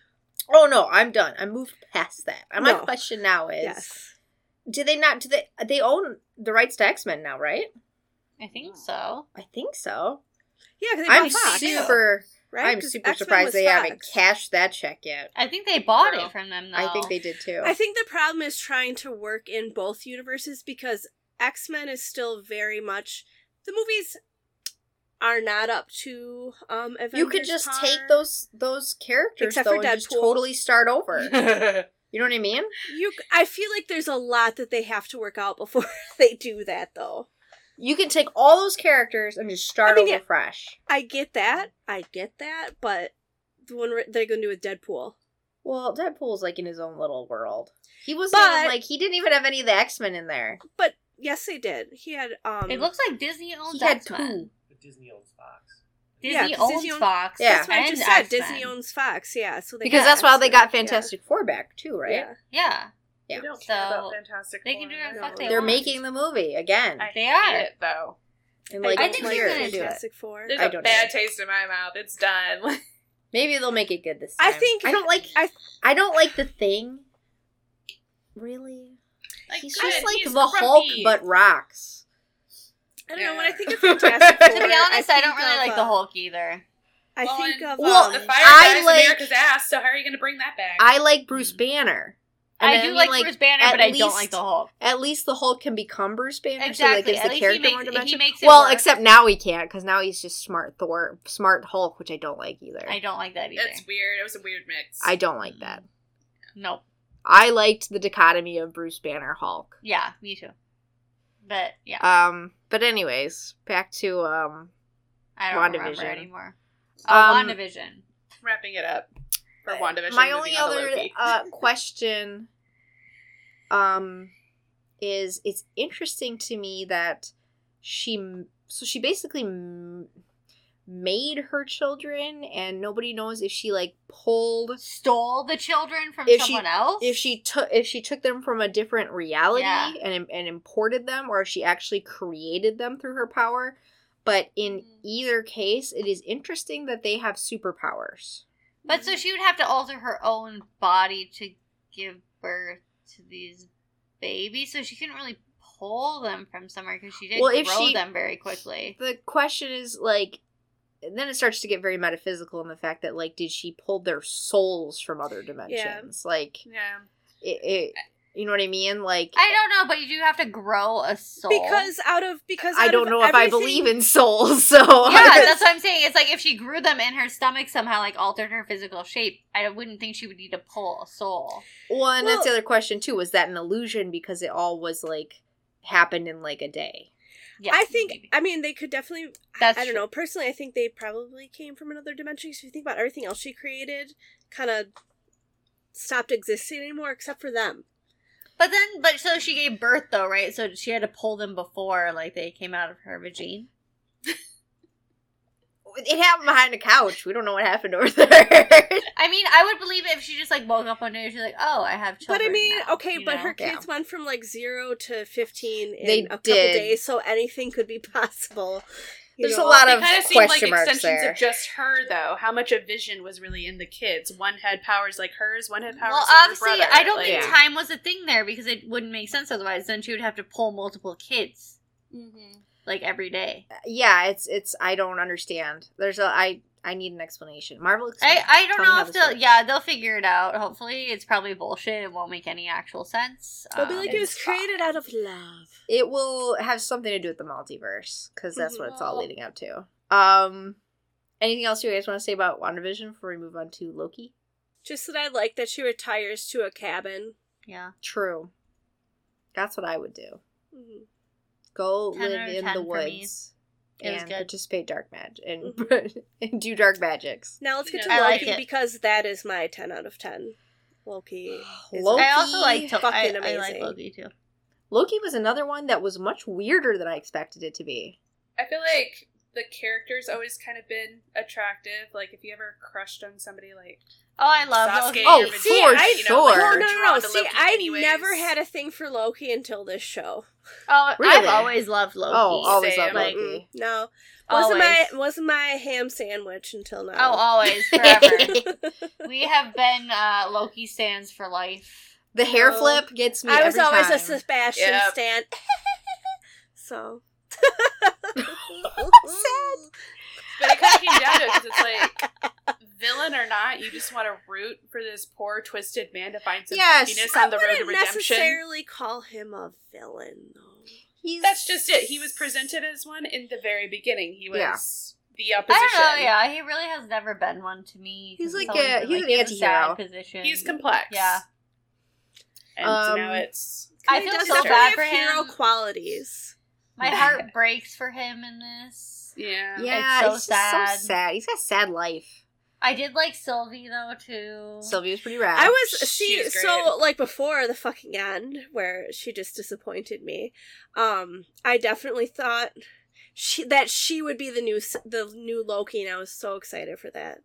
Speaker 1: Oh no, I'm done. I moved past that. My
Speaker 3: No.
Speaker 1: question now is:
Speaker 3: Yes.
Speaker 1: Do they not? Do they? They own the rights to X Men now, right?
Speaker 2: I think
Speaker 1: Hmm.
Speaker 2: so.
Speaker 1: I think so.
Speaker 3: Yeah, because
Speaker 1: I'm
Speaker 3: Fox,
Speaker 1: super.
Speaker 3: Right?
Speaker 1: I'm
Speaker 3: 'Cause
Speaker 1: super
Speaker 3: X-Men was
Speaker 1: surprised they haven't
Speaker 3: Fox.
Speaker 1: cashed that check yet.
Speaker 2: I think they bought
Speaker 4: Girl.
Speaker 2: it from them, though.
Speaker 1: Oh. I think they did too.
Speaker 3: I think the problem is trying to work in both universes because X Men is still very much the movies are not up to um Avengers
Speaker 1: you could just
Speaker 3: par.
Speaker 1: take those those characters
Speaker 3: Except
Speaker 1: though and
Speaker 3: for
Speaker 1: just
Speaker 3: Deadpool.
Speaker 1: totally start over. You know what I mean?
Speaker 3: You, c- I feel like there's a lot that they have to work out before they do that, though.
Speaker 1: You can take all those characters and just start
Speaker 3: I mean,
Speaker 1: over
Speaker 3: yeah.
Speaker 1: fresh.
Speaker 3: I get that, I get that, but the one re- they're gonna do with Deadpool,
Speaker 1: Well, Deadpool's like in his own little world. He was
Speaker 3: But-
Speaker 1: like he didn't even have any of the X Men in there.
Speaker 3: but yes, they did. He had um.
Speaker 2: It looks like Disney owns
Speaker 1: He had
Speaker 2: X
Speaker 1: two.
Speaker 2: Men.
Speaker 5: But Disney owns Fox.
Speaker 3: Yeah,
Speaker 2: Disney
Speaker 3: 'cause
Speaker 2: owns
Speaker 3: Disney owns-
Speaker 2: Fox.
Speaker 1: Yeah.
Speaker 3: That's what I
Speaker 2: and
Speaker 3: just said.
Speaker 2: X-Men.
Speaker 3: Disney owns Fox, yeah. So they
Speaker 1: Because
Speaker 3: got
Speaker 1: that's why they
Speaker 3: X-Men,
Speaker 1: got Fantastic Four back too,
Speaker 3: yeah.
Speaker 1: right?
Speaker 3: Yeah.
Speaker 2: Yeah,
Speaker 4: We don't
Speaker 2: So,
Speaker 4: care about Fantastic
Speaker 2: they can do
Speaker 4: Four.
Speaker 2: whatever
Speaker 4: I
Speaker 2: the fuck
Speaker 4: don't
Speaker 2: they
Speaker 4: know.
Speaker 1: They're
Speaker 2: want.
Speaker 1: making the movie again.
Speaker 4: I
Speaker 2: They
Speaker 4: hate
Speaker 2: are.
Speaker 4: it though.
Speaker 1: in like
Speaker 2: I
Speaker 1: I
Speaker 2: think
Speaker 1: two
Speaker 2: they're
Speaker 1: years
Speaker 2: gonna
Speaker 1: to do it.
Speaker 3: Fantastic Four.
Speaker 4: There's
Speaker 1: I
Speaker 4: a
Speaker 1: don't
Speaker 4: bad
Speaker 1: know.
Speaker 4: taste in my mouth. It's done.
Speaker 1: Maybe they'll make it good this time.
Speaker 3: I think
Speaker 1: I don't like
Speaker 3: I
Speaker 1: I don't like the thing. Really?
Speaker 4: Like,
Speaker 1: he's
Speaker 4: good,
Speaker 1: just like
Speaker 4: he's
Speaker 1: the Hulk
Speaker 4: grumpy.
Speaker 1: but rocks.
Speaker 3: I don't know when I
Speaker 4: Yeah.
Speaker 3: think of Fantastic Four.
Speaker 2: To be honest, I, don't
Speaker 3: think
Speaker 2: really
Speaker 3: of,
Speaker 2: like the
Speaker 3: uh,
Speaker 2: Hulk either.
Speaker 3: I
Speaker 4: Well,
Speaker 3: think
Speaker 4: and-
Speaker 3: of
Speaker 1: well,
Speaker 3: um,
Speaker 4: The fire
Speaker 1: I
Speaker 4: guy's
Speaker 1: like-
Speaker 4: America's ass. So how are you going to bring that back?
Speaker 1: I like Bruce Banner.
Speaker 2: Mm. I
Speaker 1: then,
Speaker 2: do
Speaker 1: mean,
Speaker 2: like, Bruce Banner,
Speaker 1: at
Speaker 2: but I don't
Speaker 1: least-
Speaker 2: like the Hulk.
Speaker 1: At least the Hulk can become Bruce Banner, so that
Speaker 2: Exactly.
Speaker 1: gives
Speaker 2: At
Speaker 1: the
Speaker 2: least
Speaker 1: character
Speaker 2: he
Speaker 1: more
Speaker 2: makes, he
Speaker 1: dimension.
Speaker 2: makes it
Speaker 1: Well,
Speaker 2: work.
Speaker 1: except now he can't because now he's just smart Thor, smart Hulk, which I don't like either.
Speaker 2: I Mm. don't like that either.
Speaker 4: It's weird. It was a weird mix.
Speaker 1: I don't like that.
Speaker 2: Nope.
Speaker 1: I liked the dichotomy of Bruce Banner Hulk.
Speaker 2: Yeah, me too. But yeah,
Speaker 1: Um, but anyways, back to um,
Speaker 2: I don't remember
Speaker 1: WandaVision.
Speaker 2: anymore. Oh,
Speaker 1: Um,
Speaker 2: WandaVision.
Speaker 4: wrapping it up for WandaVision.
Speaker 1: my
Speaker 4: moving
Speaker 1: only
Speaker 4: on to
Speaker 1: other
Speaker 4: Loki.
Speaker 1: uh, question um is it's interesting to me that she m- so she basically m- made her children and nobody knows if she like pulled
Speaker 2: Stole the children from
Speaker 1: If she-
Speaker 2: someone else.
Speaker 1: if she took if she took them from a different reality
Speaker 2: Yeah.
Speaker 1: and im- and imported them or if she actually created them through her power but in
Speaker 2: Mm.
Speaker 1: either case it is interesting that they have superpowers
Speaker 2: But so she would have to alter her own body to give birth to these babies, so she couldn't really pull them from somewhere because she didn't
Speaker 1: Well, if
Speaker 2: grow
Speaker 1: she-
Speaker 2: them very quickly.
Speaker 1: the question is like then it starts to get very metaphysical in the fact that like did she pull their souls from other dimensions like
Speaker 4: yeah.
Speaker 1: it, it you know what i mean like
Speaker 2: I don't know, but you do have to grow a soul.
Speaker 3: Because out of because
Speaker 1: I
Speaker 3: out
Speaker 1: don't
Speaker 3: of
Speaker 1: know if i
Speaker 3: everything-
Speaker 1: believe in souls so
Speaker 2: yeah, that's what I'm saying. It's like if she grew them in her stomach somehow, like altered her physical shape, I wouldn't think she would need to pull a soul.
Speaker 1: well and that's the
Speaker 3: Well-
Speaker 1: other question too was that an illusion because it all was like happened in like a day
Speaker 2: Yeah,
Speaker 3: I think
Speaker 2: maybe.
Speaker 3: I mean they could definitely
Speaker 2: That's
Speaker 3: I don't
Speaker 2: true.
Speaker 3: know. Personally, I think they probably came from another dimension. 'cause if you think about everything else she created, kind of stopped existing anymore except for them.
Speaker 2: But then, but so she gave birth though, right? So she had to pull them before, like they came out of her vagina.
Speaker 1: it happened behind a couch we don't know what happened over there
Speaker 2: I mean, I would believe it if she just like woke up one day and she's like, "Oh, I have
Speaker 3: But
Speaker 2: children."
Speaker 3: I mean,
Speaker 2: now,"
Speaker 3: okay,
Speaker 2: you
Speaker 3: but
Speaker 2: know?
Speaker 3: her
Speaker 1: Yeah.
Speaker 3: kids went from like zero to fifteen in
Speaker 1: They
Speaker 3: a couple
Speaker 1: did.
Speaker 3: days, so anything could be possible. you
Speaker 1: There's a
Speaker 3: know?
Speaker 1: lot
Speaker 4: They
Speaker 1: of
Speaker 4: kind of seem like
Speaker 1: question marks
Speaker 4: extensions
Speaker 1: there.
Speaker 4: of just her, though. How much of Vision was really in the kids? One had powers like hers. One had powers.
Speaker 2: Well,
Speaker 4: like
Speaker 2: obviously,
Speaker 4: her brother.
Speaker 2: I don't
Speaker 4: like,
Speaker 2: think
Speaker 1: Yeah.
Speaker 2: time was a thing there because it wouldn't make sense otherwise. Then she would have to pull multiple kids like every day.
Speaker 1: yeah it's it's i don't understand there's a i i need an explanation marvel
Speaker 2: I,
Speaker 1: explain.
Speaker 2: I don't
Speaker 1: Tell me how
Speaker 2: know if
Speaker 1: this
Speaker 2: they'll
Speaker 1: works.
Speaker 2: yeah they'll figure it out. Hopefully, it's probably bullshit. It won't make any actual sense. Um,
Speaker 3: They'll be like it was
Speaker 2: it's-
Speaker 3: created out of love.
Speaker 1: it will have something to do with the multiverse because that's what it's all
Speaker 2: Well-
Speaker 1: leading up to. Um, anything else you guys want to say about WandaVision before we move on to Loki?
Speaker 3: Just that I like that she retires to a cabin.
Speaker 2: yeah
Speaker 1: True, that's what I would do.
Speaker 3: Mhm.
Speaker 1: Go
Speaker 2: 10
Speaker 1: live
Speaker 2: out of
Speaker 1: in
Speaker 2: 10
Speaker 1: the
Speaker 2: for me.
Speaker 1: woods
Speaker 2: It was
Speaker 1: and
Speaker 2: good.
Speaker 1: participate dark magic and, and do dark magics.
Speaker 3: Now let's get to
Speaker 4: I
Speaker 2: like
Speaker 3: Loki
Speaker 2: it.
Speaker 3: because that is my ten out of ten. Loki. is-
Speaker 1: Loki-
Speaker 2: I also like to- I,
Speaker 3: fucking
Speaker 2: I like
Speaker 3: amazing.
Speaker 2: Loki too. Oh,
Speaker 1: Loki was another one that was much weirder than I expected it to be.
Speaker 4: I feel like the character's always kind of been attractive. Like if you ever crushed on somebody, like
Speaker 2: Oh, I love Loki.
Speaker 4: Sasuke
Speaker 1: Oh,
Speaker 4: or Vegeta,
Speaker 1: see, I-
Speaker 4: you know, like,
Speaker 1: sure.
Speaker 3: Oh,
Speaker 4: you're
Speaker 3: no, no, no.
Speaker 4: drawn to
Speaker 3: See,
Speaker 4: Loki
Speaker 3: I
Speaker 4: anyways.
Speaker 3: never had a thing for Loki until this show.
Speaker 2: Oh, I've
Speaker 1: Really?
Speaker 2: always loved Loki.
Speaker 1: Oh, always
Speaker 4: Same.
Speaker 1: love
Speaker 2: Like,
Speaker 1: Loki.
Speaker 3: No, wasn't
Speaker 2: Always.
Speaker 3: my wasn't my ham sandwich until now.
Speaker 2: Oh, always forever. we have been uh, Loki stands for life.
Speaker 1: the hair
Speaker 3: No.
Speaker 1: flip gets me.
Speaker 3: I was
Speaker 1: every
Speaker 3: always
Speaker 1: time.
Speaker 3: a Sebastian
Speaker 4: Yep.
Speaker 3: Stan. so
Speaker 4: But it kind of came down to it because it's like, villain or not, you just want to root for this poor twisted man to find some
Speaker 1: Yes,
Speaker 4: happiness
Speaker 3: I
Speaker 4: on the road to
Speaker 3: wouldn't
Speaker 4: redemption.
Speaker 3: necessarily call him a villain though.
Speaker 1: He's-
Speaker 4: That's just it. He was presented as one in the very beginning. He was
Speaker 1: Yeah.
Speaker 4: the
Speaker 2: I
Speaker 4: opposition.
Speaker 2: don't know. Yeah, he really has never been one to me.
Speaker 1: He's
Speaker 2: 'cause
Speaker 1: like
Speaker 2: it's always
Speaker 1: a-
Speaker 2: been,
Speaker 1: he's an
Speaker 2: in a sad
Speaker 1: antihero.
Speaker 2: Position.
Speaker 4: He's complex.
Speaker 2: Yeah.
Speaker 4: And so now
Speaker 1: Um,
Speaker 4: it's.
Speaker 2: I
Speaker 3: He
Speaker 2: feel
Speaker 3: does
Speaker 2: so
Speaker 3: definitely
Speaker 2: bad
Speaker 3: have
Speaker 2: for
Speaker 3: hero
Speaker 2: him.
Speaker 3: qualities.
Speaker 2: My heart breaks for him in this.
Speaker 4: Yeah.
Speaker 1: yeah,
Speaker 2: so
Speaker 1: it's just
Speaker 2: sad.
Speaker 1: so sad. He's got a sad life.
Speaker 2: I did like Sylvie though too.
Speaker 1: Sylvia was pretty rad.
Speaker 3: I was she
Speaker 4: she's
Speaker 3: so
Speaker 4: great.
Speaker 3: like before the fucking end where she just disappointed me. Um, I definitely thought she that she would be the new s- the new Loki, and I was so excited for that.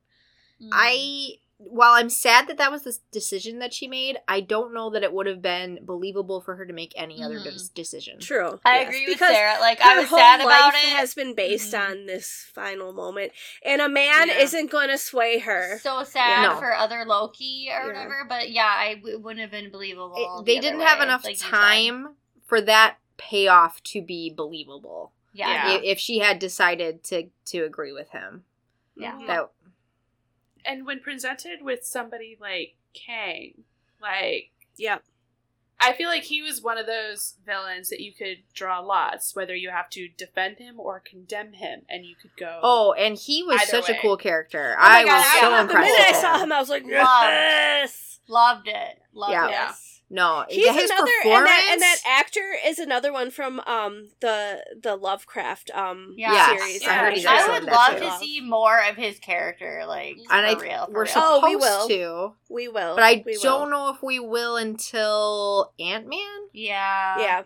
Speaker 2: Mm.
Speaker 3: Mm-hmm.
Speaker 1: I while I'm sad that that was the s- decision that she made, I don't know that it would have been believable for her to make any other
Speaker 2: Mhm.
Speaker 1: dis- decision.
Speaker 3: Mm-hmm. True,
Speaker 2: I
Speaker 3: yes,
Speaker 2: agree with
Speaker 3: because
Speaker 2: Sarah. Like
Speaker 3: her
Speaker 2: I was
Speaker 3: whole
Speaker 2: sad about it.
Speaker 3: life has been based
Speaker 2: Mhm.
Speaker 3: on this final moment, and a man
Speaker 4: Yeah.
Speaker 3: isn't going to sway her.
Speaker 2: so sad
Speaker 1: No.
Speaker 2: for other Loki or
Speaker 3: Yeah.
Speaker 2: whatever, but yeah, I w- wouldn't have been believable.
Speaker 1: It-
Speaker 2: the
Speaker 1: they
Speaker 2: other
Speaker 1: didn't have
Speaker 2: way,
Speaker 1: enough
Speaker 2: like you said.
Speaker 1: time for that payoff to be believable.
Speaker 2: Yeah,
Speaker 4: Yeah.
Speaker 1: If, if she had decided to to agree with him,
Speaker 2: Yeah.
Speaker 3: Mm-hmm.
Speaker 4: Mhm.
Speaker 1: that
Speaker 4: and when presented with somebody like Kang, like
Speaker 3: Yeah.
Speaker 4: I feel like he was one of those villains that you could draw lots, whether you have to defend him or condemn him, and you could go.
Speaker 1: Oh, and he was
Speaker 4: Either
Speaker 1: such
Speaker 4: way.
Speaker 1: a cool character.
Speaker 3: Oh my
Speaker 1: I
Speaker 3: God,
Speaker 1: was
Speaker 4: I-
Speaker 1: so
Speaker 4: the
Speaker 3: The minute I
Speaker 1: impressed. with
Speaker 3: saw
Speaker 1: him.
Speaker 3: him, I was like,
Speaker 2: Wow.
Speaker 3: yes.
Speaker 2: Loved it. Loved
Speaker 1: Yeah.
Speaker 2: it.
Speaker 4: Yeah.
Speaker 1: No,
Speaker 3: He's
Speaker 1: his
Speaker 3: another,
Speaker 1: performance.
Speaker 3: and that, and that actor is another one from um the the Lovecraft um
Speaker 2: Yeah.
Speaker 1: Yes.
Speaker 3: series.
Speaker 4: I heard he's
Speaker 2: I
Speaker 4: excellent
Speaker 2: would
Speaker 4: in that
Speaker 2: love
Speaker 4: too.
Speaker 2: to see more of his character, like
Speaker 1: And I-
Speaker 2: for real. For
Speaker 1: We're
Speaker 2: real.
Speaker 1: supposed
Speaker 3: Oh, we will.
Speaker 1: to,
Speaker 3: We will,
Speaker 1: but I
Speaker 3: we will.
Speaker 1: don't know if we will until Ant Man.
Speaker 2: yeah,
Speaker 3: Yeah.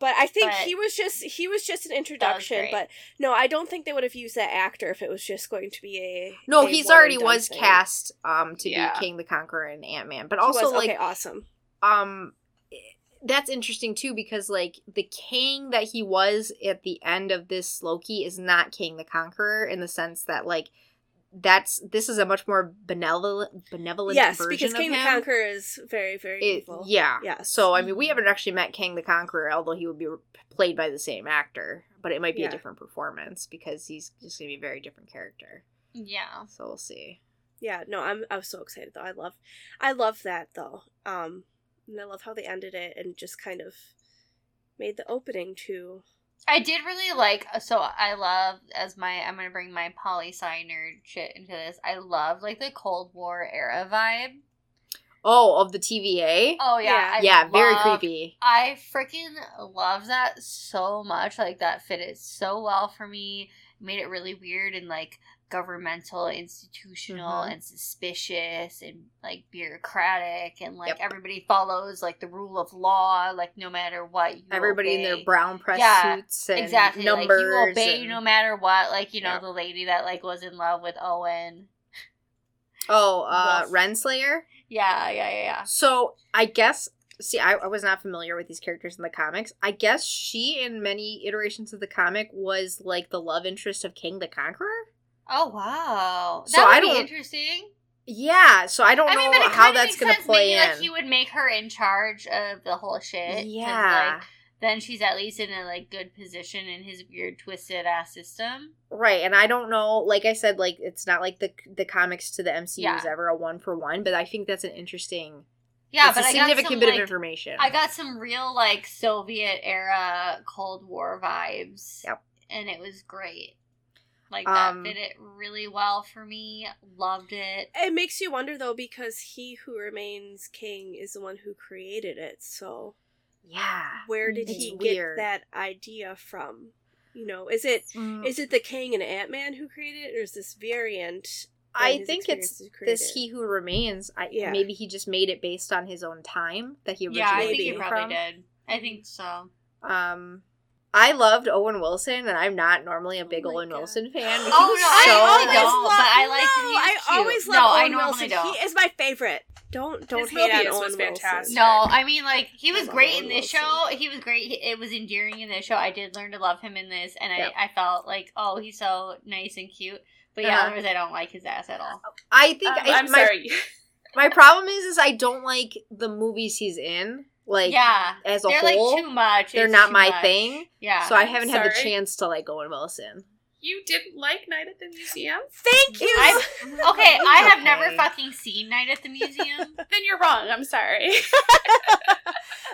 Speaker 3: But I think
Speaker 2: But-
Speaker 3: he was just he was just an introduction,
Speaker 2: great.
Speaker 3: but no, I don't think they would have used that actor if it was just going to be a
Speaker 1: No,
Speaker 3: a
Speaker 1: he's
Speaker 3: one and
Speaker 1: already
Speaker 3: done
Speaker 1: was
Speaker 3: thing.
Speaker 1: cast um to
Speaker 4: Yeah.
Speaker 1: be King the Conqueror and Ant Man, but
Speaker 3: He
Speaker 1: also
Speaker 3: was,
Speaker 1: like
Speaker 3: okay, awesome.
Speaker 1: um that's interesting too because like the king that he was at the end of this loki is not king the conqueror in the sense that like that's this is a much more benevolent benevolent
Speaker 3: Yes,
Speaker 1: version
Speaker 3: because
Speaker 1: of
Speaker 3: King the
Speaker 1: him.
Speaker 3: Conqueror is very very
Speaker 1: It-
Speaker 3: evil.
Speaker 1: yeah yeah
Speaker 3: Yes. Mm-hmm.
Speaker 1: so i mean we haven't actually met king the conqueror although he would be re- played by the same actor but it might be
Speaker 3: Yeah.
Speaker 1: a different performance because he's just gonna be a very different character
Speaker 2: yeah.
Speaker 1: so we'll see
Speaker 3: Yeah, no, I'm I was so excited though. I love I love that though. Um and I love how they ended it and just kind of made the opening to
Speaker 2: I did really like. So I love as my I'm gonna bring my poli sci nerd shit into this. I love like the Cold War era vibe.
Speaker 1: oh of the tva
Speaker 2: Oh yeah, I
Speaker 1: yeah very
Speaker 2: love-
Speaker 1: creepy
Speaker 2: I freaking love that so much. Like that fit it so well for me. Made it really weird and like governmental, institutional,
Speaker 1: Mhm.
Speaker 2: and suspicious, and like bureaucratic, and like
Speaker 1: Yep.
Speaker 2: everybody follows like the rule of law, like no matter what. You
Speaker 1: everybody in
Speaker 2: obey.
Speaker 1: their brown press
Speaker 2: Yeah,
Speaker 1: suits and
Speaker 2: exactly
Speaker 1: numbers.
Speaker 2: like you obey
Speaker 1: and-
Speaker 2: no matter what like you know
Speaker 1: Yeah.
Speaker 2: the lady that like was in love with owen
Speaker 1: oh, uh,
Speaker 2: Rough.
Speaker 1: Renslayer.
Speaker 2: yeah yeah yeah, yeah.
Speaker 1: So I guess see, I, I was not familiar with these characters in the comics. I guess she, in many iterations of the comic, was like the love interest of King the Conqueror.
Speaker 2: oh wow that
Speaker 1: So
Speaker 2: would
Speaker 1: I
Speaker 2: be
Speaker 1: don't-
Speaker 2: interesting
Speaker 1: Yeah, so I don't
Speaker 2: i
Speaker 1: know
Speaker 2: mean but it
Speaker 1: how
Speaker 2: kind of
Speaker 1: that's
Speaker 2: makes
Speaker 1: gonna
Speaker 2: sense
Speaker 1: play
Speaker 2: maybe
Speaker 1: in.
Speaker 2: like he would make her in charge of the whole shit 'cause,
Speaker 1: yeah,
Speaker 2: like, then she's at least in a like good position in his weird twisted ass system
Speaker 1: right. And I don't know. Like I said, like it's not like the the comics to the MCU is
Speaker 2: Yeah.
Speaker 1: ever a one for one, but I think that's an interesting.
Speaker 2: yeah
Speaker 1: it's
Speaker 2: but
Speaker 1: a
Speaker 2: I
Speaker 1: significant
Speaker 2: got some,
Speaker 1: bit of
Speaker 2: like,
Speaker 1: information.
Speaker 2: I got some real like Soviet era Cold War vibes.
Speaker 1: Yep.
Speaker 2: And it was great. Like that
Speaker 1: Um,
Speaker 2: fit it really well for me. Loved it.
Speaker 3: It makes you wonder though because he who remains king is the one who created it. So
Speaker 1: yeah.
Speaker 3: where did
Speaker 1: It's
Speaker 3: he
Speaker 1: weird.
Speaker 3: get that idea from? You know, is it
Speaker 1: Mm.
Speaker 3: is it the King and Ant Man who created it, or is this variant? and
Speaker 1: I
Speaker 3: his
Speaker 1: think it's
Speaker 3: experiences created
Speaker 1: this
Speaker 3: it?
Speaker 1: he who remains. I
Speaker 3: Yeah.
Speaker 1: maybe he just made it based on his own time that he originally
Speaker 2: Yeah, I think
Speaker 3: Maybe.
Speaker 2: you
Speaker 1: came
Speaker 2: probably
Speaker 1: from.
Speaker 2: did. I think so.
Speaker 1: Um I loved Owen Wilson and I'm not normally a big
Speaker 3: Oh my
Speaker 1: Owen
Speaker 3: God.
Speaker 1: Wilson fan. because
Speaker 2: Oh,
Speaker 1: he's
Speaker 2: no, I
Speaker 1: so
Speaker 2: always don't, but I like that
Speaker 3: no,
Speaker 2: he was
Speaker 3: I
Speaker 2: cute.
Speaker 3: always
Speaker 2: No,
Speaker 3: love
Speaker 2: I
Speaker 3: Owen
Speaker 2: normally
Speaker 3: Wilson.
Speaker 2: don't.
Speaker 3: He is my favorite. Don't don't
Speaker 4: His
Speaker 3: hate on
Speaker 4: Mobius
Speaker 3: Owen
Speaker 4: was fantastic.
Speaker 3: Wilson.
Speaker 2: No, I mean like he
Speaker 3: I
Speaker 2: was
Speaker 3: love
Speaker 2: great
Speaker 3: Owen
Speaker 2: in this
Speaker 3: Wilson.
Speaker 2: show. He was great. He- It was endearing in this show. I did learn to love him in this, and
Speaker 1: Yeah.
Speaker 2: I, I felt like oh he's so nice and cute. But yeah,
Speaker 1: Uh-huh.
Speaker 2: otherwise I don't like his ass at all.
Speaker 1: I think
Speaker 4: Um,
Speaker 1: I,
Speaker 4: I'm
Speaker 1: my,
Speaker 4: sorry.
Speaker 1: my problem is is I don't like the movies he's in. Like
Speaker 2: yeah,
Speaker 1: as a
Speaker 2: they're
Speaker 1: whole.
Speaker 2: like too much.
Speaker 1: they're
Speaker 2: It's
Speaker 1: not
Speaker 2: too
Speaker 1: my
Speaker 2: much.
Speaker 1: thing.
Speaker 2: Yeah.
Speaker 1: so I haven't had the
Speaker 4: Sorry.
Speaker 1: chance to like Owen Wilson.
Speaker 4: you didn't like Night at the Museum?
Speaker 3: Thank you.
Speaker 2: I- Okay,
Speaker 1: He's
Speaker 2: I have
Speaker 1: okay.
Speaker 2: never fucking seen Night at the Museum.
Speaker 4: Then you're wrong. I'm sorry.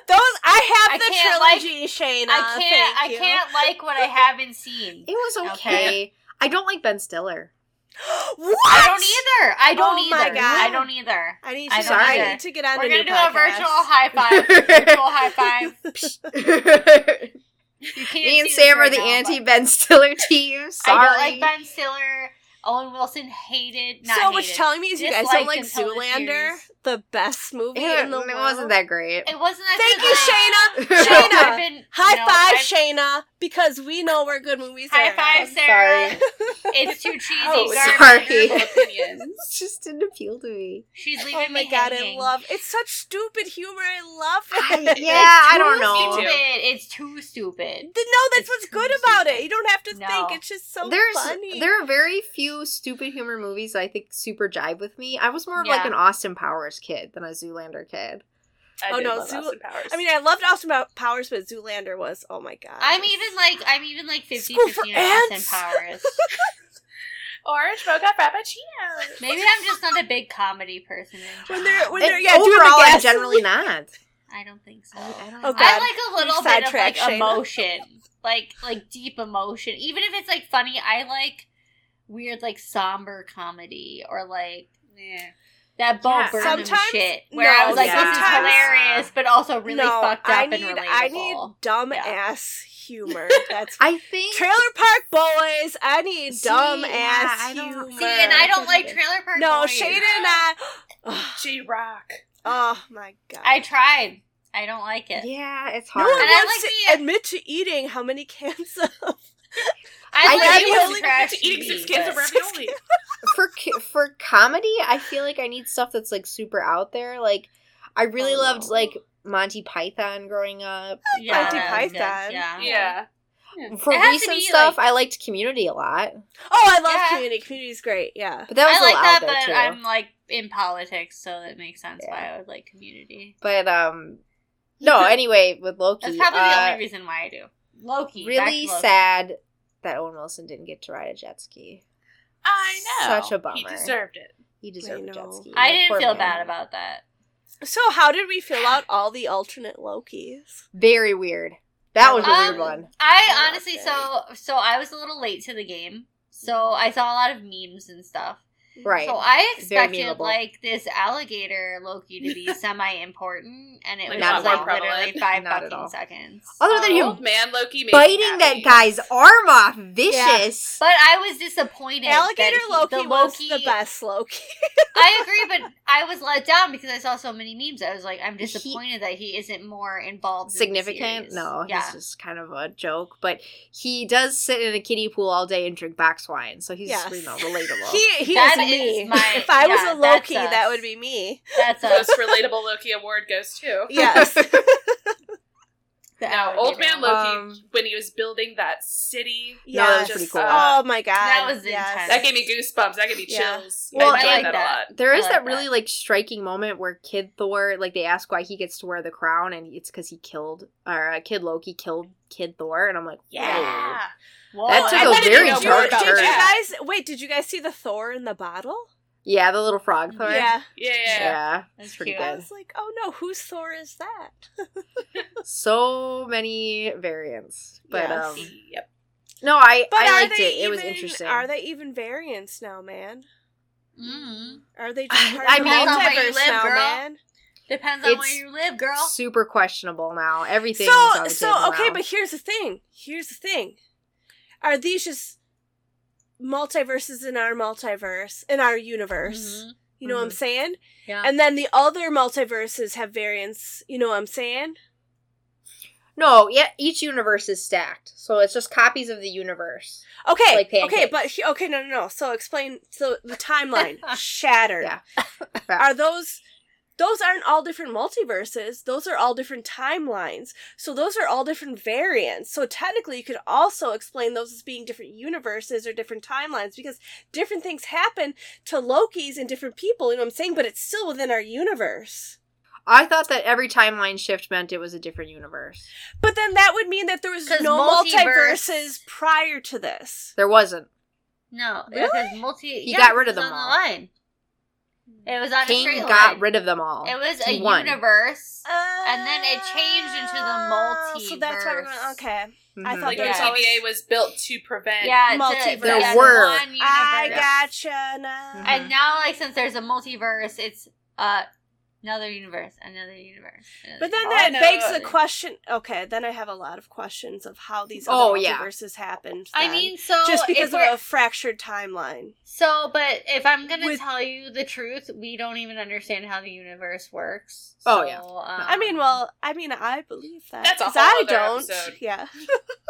Speaker 3: Those I
Speaker 2: I
Speaker 3: have
Speaker 2: can't
Speaker 3: the
Speaker 2: like-
Speaker 3: trilogy, Shane.
Speaker 2: I can't. I can't like what I haven't seen.
Speaker 1: It was okay.
Speaker 2: Okay.
Speaker 1: I don't like Ben Stiller.
Speaker 3: What?
Speaker 2: I don't either. I don't
Speaker 3: Oh
Speaker 2: either.
Speaker 3: my God.
Speaker 2: I don't either.
Speaker 3: I need
Speaker 2: I
Speaker 3: to.
Speaker 1: don't
Speaker 3: I
Speaker 1: either.
Speaker 3: need to get on.
Speaker 2: We're
Speaker 3: the
Speaker 2: gonna
Speaker 3: new
Speaker 2: do
Speaker 3: podcast.
Speaker 2: a virtual high five. virtual high five. You can't
Speaker 1: Me and
Speaker 2: see this
Speaker 1: Sam are
Speaker 2: right
Speaker 1: the
Speaker 2: now,
Speaker 1: anti
Speaker 2: but
Speaker 1: Ben Stiller team. Sorry.
Speaker 2: I don't like Ben Stiller. Owen Wilson hated. Not
Speaker 3: so what's
Speaker 2: hated.
Speaker 3: telling me is you guys don't
Speaker 2: Disliked
Speaker 3: like
Speaker 2: until the
Speaker 3: Zoolander,
Speaker 2: series.
Speaker 3: the best movie
Speaker 1: Yeah,
Speaker 3: in the
Speaker 1: it
Speaker 3: world.
Speaker 1: wasn't that great.
Speaker 2: It wasn't that.
Speaker 3: Thank
Speaker 2: good,
Speaker 3: you,
Speaker 2: but-
Speaker 3: Shayna.
Speaker 2: No,
Speaker 3: Shayna,
Speaker 2: I've been-
Speaker 3: High
Speaker 2: no,
Speaker 3: five,
Speaker 2: I've-
Speaker 3: Shayna, because we know we're good movies.
Speaker 2: High
Speaker 3: are.
Speaker 2: five,
Speaker 1: I'm
Speaker 2: Sarah.
Speaker 1: sorry.
Speaker 2: It's too cheesy.
Speaker 1: Oh,
Speaker 2: garbage.
Speaker 1: sorry.
Speaker 4: Terrible opinions.
Speaker 1: It just didn't appeal to me.
Speaker 2: She's leaving
Speaker 3: Oh my
Speaker 2: me
Speaker 3: god,
Speaker 2: hanging.
Speaker 3: I love it's such stupid humor. I love
Speaker 1: I-
Speaker 3: it.
Speaker 1: yeah, I don't
Speaker 2: Too
Speaker 1: know.
Speaker 2: Stupid. It's too stupid.
Speaker 3: Th- No, that's
Speaker 2: It's
Speaker 3: what's
Speaker 2: too
Speaker 3: good about
Speaker 2: stupid.
Speaker 3: it. You don't have to
Speaker 2: No.
Speaker 3: think. It's just so
Speaker 1: There's
Speaker 3: funny.
Speaker 1: there are very few stupid humor movies that I think super jive with me. I was more of like
Speaker 2: Yeah.
Speaker 1: an Austin Powers kid than a Zoolander kid.
Speaker 4: I
Speaker 3: Oh,
Speaker 4: did
Speaker 3: no,
Speaker 4: love
Speaker 3: Zool-
Speaker 4: Austin Powers.
Speaker 3: I mean, I loved Austin Pow- Powers, but Zoolander was oh my god.
Speaker 2: I'm even like I'm even like 50
Speaker 3: School for
Speaker 2: 50 on Austin
Speaker 3: ants?
Speaker 2: Powers.
Speaker 4: Orange mocha frappuccino.
Speaker 2: Maybe I'm just not a big comedy person. In
Speaker 3: When
Speaker 2: general.
Speaker 3: they're when
Speaker 1: It-
Speaker 3: they're yeah, doing
Speaker 1: overall,
Speaker 3: the
Speaker 1: I'm
Speaker 3: gas-
Speaker 1: generally not.
Speaker 2: I don't think so.
Speaker 1: I don't
Speaker 3: Oh,
Speaker 1: know.
Speaker 3: God.
Speaker 2: I like a little
Speaker 3: We've
Speaker 2: bit of
Speaker 3: sidetracked
Speaker 2: like
Speaker 3: Shayna.
Speaker 2: emotion, like like deep emotion. Even if it's like funny, I like weird like somber comedy or like
Speaker 4: Yeah.
Speaker 2: that Bo
Speaker 1: Yeah,
Speaker 2: Burnham
Speaker 3: sometimes-
Speaker 2: shit where I
Speaker 3: no,
Speaker 2: was like, this is
Speaker 1: sometimes-
Speaker 2: hilarious, but also really
Speaker 3: no,
Speaker 2: fucked up
Speaker 3: I need
Speaker 2: and relatable.
Speaker 3: I need dumb
Speaker 2: Yeah.
Speaker 3: ass humor. That's
Speaker 1: I think
Speaker 3: Trailer Park Boys. I need
Speaker 1: See,
Speaker 3: dumb
Speaker 1: yeah,
Speaker 3: ass
Speaker 1: I don't-
Speaker 3: humor.
Speaker 2: See, and I don't like Trailer Park
Speaker 3: No,
Speaker 2: Boys.
Speaker 3: Shaden and I. Ugh,
Speaker 4: J Rock.
Speaker 3: Oh my god.
Speaker 2: I tried. I don't like it.
Speaker 1: yeah, it's
Speaker 3: no
Speaker 1: hard.
Speaker 3: one
Speaker 2: And I
Speaker 3: wants
Speaker 2: like
Speaker 3: to
Speaker 2: the- uh,
Speaker 3: admit to eating how many cans of oh,
Speaker 2: I,
Speaker 1: I
Speaker 2: like
Speaker 1: gotta
Speaker 2: it
Speaker 1: be
Speaker 2: was
Speaker 1: only
Speaker 2: trash
Speaker 4: eating six
Speaker 2: TV,
Speaker 4: cans of
Speaker 2: but-
Speaker 4: ravioli.
Speaker 1: for co- for comedy, I feel like I need stuff that's like super out there. Like I really
Speaker 2: Oh,
Speaker 1: loved
Speaker 2: no.
Speaker 1: like Monty Python growing up.
Speaker 2: Yeah,
Speaker 3: Monty
Speaker 2: that was good.
Speaker 3: Python.
Speaker 2: Yeah.
Speaker 4: Yeah.
Speaker 1: For
Speaker 2: It has to
Speaker 1: recent
Speaker 2: be,
Speaker 1: stuff,
Speaker 2: like-
Speaker 1: I liked Community a lot,
Speaker 3: Oh, I love
Speaker 2: Yeah.
Speaker 3: community. Community's great, yeah.
Speaker 1: but that was
Speaker 2: I like
Speaker 1: a lot
Speaker 2: that,
Speaker 1: out there
Speaker 2: but
Speaker 1: too.
Speaker 2: I'm like in politics, so it makes sense why
Speaker 1: Yeah.
Speaker 2: I would like community.
Speaker 1: But um, no. Anyway, with Loki,
Speaker 2: That's probably the
Speaker 1: uh,
Speaker 2: only reason why I do. Loki. back
Speaker 1: really
Speaker 2: to Loki.
Speaker 1: sad that Owen Wilson didn't get to ride a jet ski.
Speaker 4: I know.
Speaker 1: Such a bummer.
Speaker 4: He deserved it.
Speaker 1: He deserved a
Speaker 3: know.
Speaker 1: jet ski.
Speaker 2: I didn't
Speaker 1: Poor
Speaker 2: feel
Speaker 1: man.
Speaker 2: bad about that.
Speaker 3: So how did we fill out all the alternate Lokis?
Speaker 1: Very weird. That was a
Speaker 2: Um,
Speaker 1: weird one.
Speaker 2: I
Speaker 3: I
Speaker 2: honestly so
Speaker 3: loved
Speaker 2: so I was a little late to the game. So I saw a lot of memes and stuff.
Speaker 1: Mm-hmm. Right.
Speaker 2: So I
Speaker 1: Very
Speaker 2: expected
Speaker 1: memeable.
Speaker 2: like this alligator Loki to be semi important and it
Speaker 4: Like,
Speaker 2: was
Speaker 1: not
Speaker 2: just
Speaker 1: at all
Speaker 2: like literally
Speaker 4: prevalent.
Speaker 2: five
Speaker 1: Not at
Speaker 2: fucking
Speaker 1: all.
Speaker 2: seconds.
Speaker 1: Other than
Speaker 4: Old
Speaker 1: him
Speaker 4: man Loki made
Speaker 1: biting that guy's arm off, vicious.
Speaker 2: but I was disappointed. that
Speaker 3: Alligator
Speaker 2: he-
Speaker 3: Loki,
Speaker 2: the
Speaker 3: was
Speaker 2: Loki-
Speaker 3: the best Loki.
Speaker 2: I agree, but I was let down because I saw so many memes. I was like, I'm disappointed that he isn't more involved. in the
Speaker 1: significant.
Speaker 2: series.
Speaker 1: No,
Speaker 2: yeah.
Speaker 1: he's just kind of a joke. But he does sit in a kiddie pool all day and drink box wine, so he's
Speaker 3: Yes.
Speaker 1: you know relatable.
Speaker 3: He he
Speaker 2: That
Speaker 3: is
Speaker 2: is
Speaker 3: me.
Speaker 2: my-
Speaker 3: if I was
Speaker 2: yeah,
Speaker 3: a Loki,
Speaker 2: that's us.
Speaker 3: that would be me.
Speaker 2: That's
Speaker 4: The
Speaker 2: us.
Speaker 4: most relatable Loki award goes to.
Speaker 3: Yes.
Speaker 4: Now, old man Loki,
Speaker 1: Um,
Speaker 4: when he was building that city,
Speaker 1: No, that
Speaker 3: yes.
Speaker 1: was pretty
Speaker 4: Just,
Speaker 1: cool.
Speaker 4: uh,
Speaker 3: oh my god.
Speaker 2: That was
Speaker 3: yes.
Speaker 2: intense.
Speaker 4: that gave me goosebumps. That gave me
Speaker 3: Yeah.
Speaker 4: chills.
Speaker 1: Well,
Speaker 4: I enjoyed
Speaker 1: I
Speaker 2: like
Speaker 4: that,
Speaker 2: that.
Speaker 4: a lot.
Speaker 1: there is
Speaker 2: I
Speaker 1: that
Speaker 2: like
Speaker 1: really like striking moment where Kid Thor, like they ask why he gets to wear the crown, and it's because he killed or uh, Kid Loki killed Kid Thor, and I'm like,
Speaker 4: Yeah.
Speaker 2: Whoa,
Speaker 1: That took
Speaker 2: I
Speaker 1: a
Speaker 2: wanted to
Speaker 1: very
Speaker 2: know
Speaker 3: did you,
Speaker 2: more
Speaker 1: dark
Speaker 2: about
Speaker 3: did you
Speaker 2: that.
Speaker 3: guys wait, did you guys see the Thor in the bottle?
Speaker 1: yeah, the little frog Thor,
Speaker 3: Yeah.
Speaker 4: Yeah.
Speaker 1: yeah,
Speaker 2: That's
Speaker 1: it's pretty
Speaker 2: cute.
Speaker 3: I
Speaker 1: good.
Speaker 3: was like, oh no, whose Thor is that?
Speaker 1: So many variants, but
Speaker 3: Yes.
Speaker 1: um,
Speaker 4: Yep.
Speaker 1: no, I
Speaker 3: But
Speaker 1: I
Speaker 3: are
Speaker 1: liked
Speaker 3: they
Speaker 1: it.
Speaker 3: even
Speaker 1: it was interesting.
Speaker 3: are they even variants now, man?
Speaker 2: Mm.
Speaker 3: Are they just part
Speaker 1: I
Speaker 3: of the
Speaker 1: mean-
Speaker 2: Depends on where you
Speaker 3: multiverse
Speaker 2: live,
Speaker 3: now,
Speaker 2: girl.
Speaker 3: man?
Speaker 2: Depends on
Speaker 1: It's-
Speaker 2: where you live, girl.
Speaker 1: super questionable now? Everything. is on
Speaker 3: So
Speaker 1: the
Speaker 3: so
Speaker 1: table
Speaker 3: okay,
Speaker 1: now.
Speaker 3: but here's the thing. Here's the thing. Are these just multiverses in our multiverse in our universe?
Speaker 2: Mhm.
Speaker 3: You know what I'm
Speaker 1: Mhm.
Speaker 3: saying?
Speaker 2: Yeah.
Speaker 3: And then the other multiverses have variants. You know what I'm saying?
Speaker 1: No, yeah, each universe is stacked, so it's just copies of the universe.
Speaker 3: Okay.
Speaker 1: Like pancakes.
Speaker 3: okay, but he- okay, no, no, no. So explain. So the timeline shattered.
Speaker 1: Yeah.
Speaker 3: are those? Those aren't all different multiverses. Those are all different timelines. So those are all different variants. So technically, you could also explain those as being different universes or different timelines because different things happen to Loki's and different people. You know what I'm saying? But it's still within our universe.
Speaker 1: I thought that every timeline shift meant it was a different universe.
Speaker 3: But then that would mean that there was
Speaker 2: 'Cause
Speaker 3: no
Speaker 2: multiverse-
Speaker 3: multiverses prior to this.
Speaker 1: There wasn't.
Speaker 2: No,
Speaker 3: Really?
Speaker 2: because multi.
Speaker 1: He
Speaker 2: yeah,
Speaker 1: got rid of
Speaker 2: it was
Speaker 1: them
Speaker 2: on
Speaker 1: all.
Speaker 2: the line. It was on a straight
Speaker 1: King
Speaker 2: line.
Speaker 1: got rid of them all.
Speaker 2: It was
Speaker 1: He
Speaker 2: a
Speaker 1: won.
Speaker 2: universe.
Speaker 4: Uh,
Speaker 2: And then it changed into the
Speaker 3: Oh, So that's why we're
Speaker 2: multiverse.
Speaker 3: going. Okay, I
Speaker 1: Mhm.
Speaker 3: thought
Speaker 4: Like
Speaker 3: there was
Speaker 4: the
Speaker 2: Yeah.
Speaker 3: always.
Speaker 4: TVA E was built to prevent.
Speaker 2: Yeah, multiverse.
Speaker 3: Multiverse.
Speaker 2: To, yeah,
Speaker 1: There were.
Speaker 2: One universe.
Speaker 3: I gotcha.
Speaker 4: Mm-hmm.
Speaker 3: Now.
Speaker 1: Mhm.
Speaker 2: And now, like, since there's a multiverse, it's uh, another universe, another universe. another
Speaker 3: But then
Speaker 2: universe.
Speaker 3: that
Speaker 4: no.
Speaker 3: begs the question. Okay, then I have a lot of questions of how these other
Speaker 1: Oh, yeah.
Speaker 3: multiverses happened.
Speaker 2: I
Speaker 3: then.
Speaker 2: mean, so
Speaker 3: just
Speaker 2: if
Speaker 3: because of
Speaker 2: we're-
Speaker 3: a fractured timeline.
Speaker 2: So, but if I'm gonna
Speaker 3: With-
Speaker 2: tell you the truth, we don't even understand how the universe works.
Speaker 1: Oh,
Speaker 2: So,
Speaker 1: yeah.
Speaker 2: um,
Speaker 3: I mean, well, I mean, I believe that.
Speaker 4: That's a
Speaker 3: 'cause
Speaker 4: whole
Speaker 3: I
Speaker 4: other
Speaker 3: don't.
Speaker 4: episode.
Speaker 3: Yeah.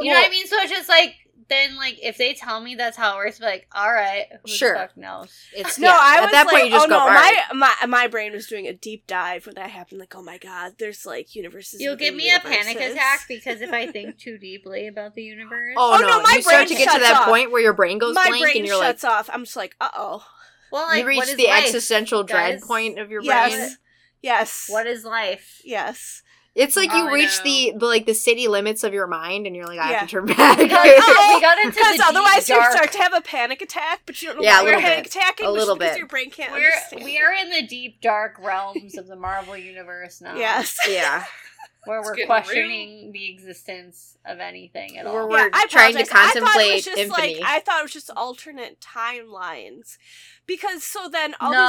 Speaker 2: you know what I mean. So it's just like then, like if they tell me that's how it works, be like, all right, who
Speaker 1: Sure.
Speaker 2: the fuck knows?
Speaker 1: It's
Speaker 3: No,
Speaker 1: yeah,
Speaker 3: I was
Speaker 1: at that
Speaker 3: like,
Speaker 1: point you just
Speaker 3: oh
Speaker 1: go.
Speaker 3: no,
Speaker 1: All right.
Speaker 3: my my my brain was doing a deep dive when that happened. Like, oh my god, there's like universes.
Speaker 2: You'll
Speaker 3: within
Speaker 2: give me a panic
Speaker 3: universes.
Speaker 2: attack because if I think too deeply about the universe,
Speaker 1: Oh,
Speaker 3: Oh,
Speaker 1: no,
Speaker 3: no, my
Speaker 1: you start
Speaker 3: brain
Speaker 1: to get to
Speaker 3: shuts
Speaker 1: that
Speaker 3: off.
Speaker 1: point where your brain goes
Speaker 3: my
Speaker 1: blank
Speaker 3: brain
Speaker 1: and you're like,
Speaker 3: shuts off. I'm just like, uh oh.
Speaker 2: well, like
Speaker 1: you
Speaker 2: what
Speaker 1: reach
Speaker 2: is
Speaker 1: the
Speaker 2: life?
Speaker 1: existential dread
Speaker 2: guys?
Speaker 1: point of your brain.
Speaker 3: Yes. Yes.
Speaker 2: What is life?
Speaker 3: Yes.
Speaker 1: It's like you
Speaker 4: Oh, I
Speaker 1: reach
Speaker 4: know.
Speaker 1: the, the like the city limits of your mind, and you're like, I
Speaker 3: Yeah.
Speaker 1: have to turn back.
Speaker 2: We got, we got into
Speaker 3: Oh, Because
Speaker 2: the
Speaker 3: otherwise
Speaker 2: deep dark.
Speaker 3: you start to have a panic attack, but you don't know
Speaker 1: Yeah, a
Speaker 3: why you're
Speaker 1: little bit.
Speaker 3: panic attacking.
Speaker 1: A
Speaker 3: which is
Speaker 1: little
Speaker 3: because
Speaker 1: bit.
Speaker 3: Your brain can't
Speaker 2: We're
Speaker 3: understand.
Speaker 2: we are in the deep dark realms of the Marvel universe now.
Speaker 3: Yes.
Speaker 1: yeah,
Speaker 2: where
Speaker 4: It's
Speaker 2: we're
Speaker 4: getting
Speaker 2: questioning the existence of anything at all.
Speaker 1: We're-
Speaker 3: Yeah, I
Speaker 1: trying to
Speaker 3: apologize. I thought it was
Speaker 1: contemplate
Speaker 3: just
Speaker 1: infinity.
Speaker 3: like I thought it was just alternate timelines, because so then all
Speaker 2: No.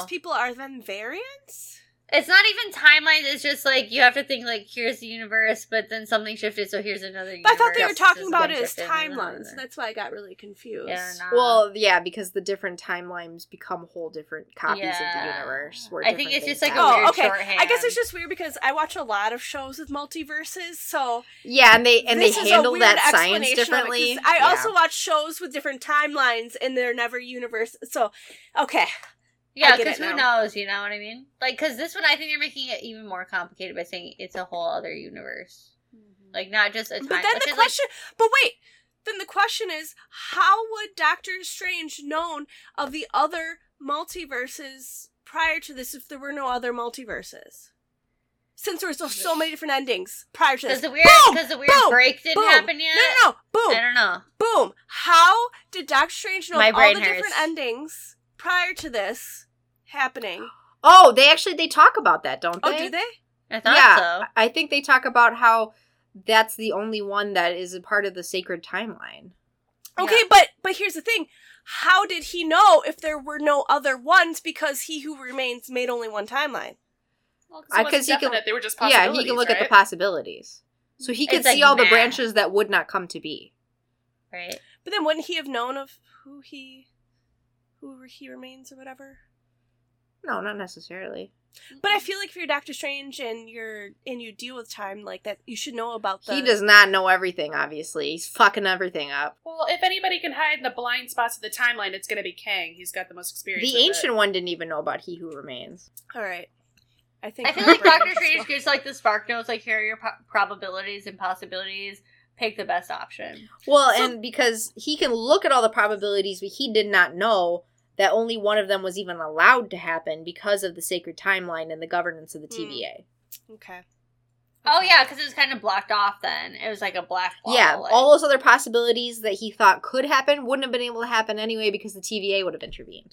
Speaker 3: these multiverse people are then variants.
Speaker 2: it's not even timelines. It's just like you have to think like here's the universe, but then something shifted, so here's another.
Speaker 3: But
Speaker 2: universe.
Speaker 3: I thought they were talking
Speaker 2: This
Speaker 3: about
Speaker 2: one
Speaker 3: it as
Speaker 2: shifted, and
Speaker 3: timelines.
Speaker 2: another.
Speaker 3: That's why I got really confused.
Speaker 2: Yeah, they're not.
Speaker 1: well, yeah, because the different timelines become whole different copies of the
Speaker 2: Yeah.
Speaker 1: universe. where
Speaker 2: I think
Speaker 1: different
Speaker 2: it's just
Speaker 1: things
Speaker 2: like a
Speaker 3: Oh,
Speaker 1: happen.
Speaker 2: weird
Speaker 3: okay.
Speaker 2: shorthand.
Speaker 3: I guess it's just weird because I watch a lot of shows with multiverses, so
Speaker 1: yeah, and they and they
Speaker 3: this is a
Speaker 1: handle
Speaker 3: weird
Speaker 1: that science
Speaker 3: explanation of it, 'cause
Speaker 1: differently.
Speaker 3: I
Speaker 1: Yeah.
Speaker 3: also watch shows with different timelines, and they're never universe. So, okay,
Speaker 2: yeah,
Speaker 3: I get
Speaker 2: because
Speaker 3: it
Speaker 2: who knows? You know what I mean? Like, because this one, I think they're making it even more complicated by saying it's a whole other universe, like not just a time.
Speaker 3: Mm-hmm. but then
Speaker 2: which
Speaker 3: the
Speaker 2: is, like,
Speaker 3: question, but wait, then the question is, how would Doctor Strange known of the other multiverses prior to this if there were no other multiverses? Since there were so, so many different endings prior to this,
Speaker 2: Because the weird,
Speaker 3: Boom!
Speaker 2: because the weird
Speaker 3: Boom!
Speaker 2: break didn't
Speaker 3: Boom!
Speaker 2: happen yet.
Speaker 3: No, no, no. Boom.
Speaker 2: I don't know.
Speaker 3: Boom. How did Doctor Strange know
Speaker 2: My
Speaker 3: of all
Speaker 2: brain
Speaker 3: the
Speaker 2: hurts.
Speaker 3: different endings prior to this happening?
Speaker 1: oh, they actually they talk about that, don't they?
Speaker 3: Oh, do they?
Speaker 2: I thought
Speaker 1: Yeah.
Speaker 2: so.
Speaker 1: I think they talk about how that's the only one that is a part of the sacred timeline.
Speaker 3: Okay, but but here's the thing. How did he know if there were no other ones because he who remains made only one timeline?
Speaker 1: I- 'cause
Speaker 4: because
Speaker 1: he
Speaker 4: he
Speaker 1: can-
Speaker 4: can. They were just
Speaker 1: Yeah, he can look at the possibilities. So he could
Speaker 2: It's like
Speaker 1: see all the
Speaker 2: math.
Speaker 1: branches that would not come to be.
Speaker 2: Right.
Speaker 3: But then wouldn't he have known of who he who he remains or whatever?
Speaker 1: No, not necessarily.
Speaker 3: But I feel like if you're Doctor Strange and you're and you deal with time like that, you should know about the
Speaker 1: He does not know everything, obviously. He's fucking everything up.
Speaker 4: Well, if anybody can hide in the blind spots of the timeline, it's going to be Kang. He's got the most experience.
Speaker 1: The
Speaker 4: with it.
Speaker 1: ancient one didn't even know about He Who Remains.
Speaker 3: All right. I think
Speaker 2: I feel like
Speaker 3: we're right.
Speaker 2: Doctor Strange gives like the spark notes, like here are your po- probabilities and possibilities. Pick the best option.
Speaker 1: Well,
Speaker 3: So-
Speaker 1: and because he can look at all the probabilities, but he did not know that only one of them was even allowed to happen because of the sacred timeline and the governance of the
Speaker 3: Hmm.
Speaker 1: TVA.
Speaker 3: Okay.
Speaker 2: Oh yeah, because it was kind of blocked off. Then it was like a black wall.
Speaker 1: yeah,
Speaker 2: like-
Speaker 1: all those other possibilities that he thought could happen wouldn't have been able to happen anyway because the TVA would have intervened.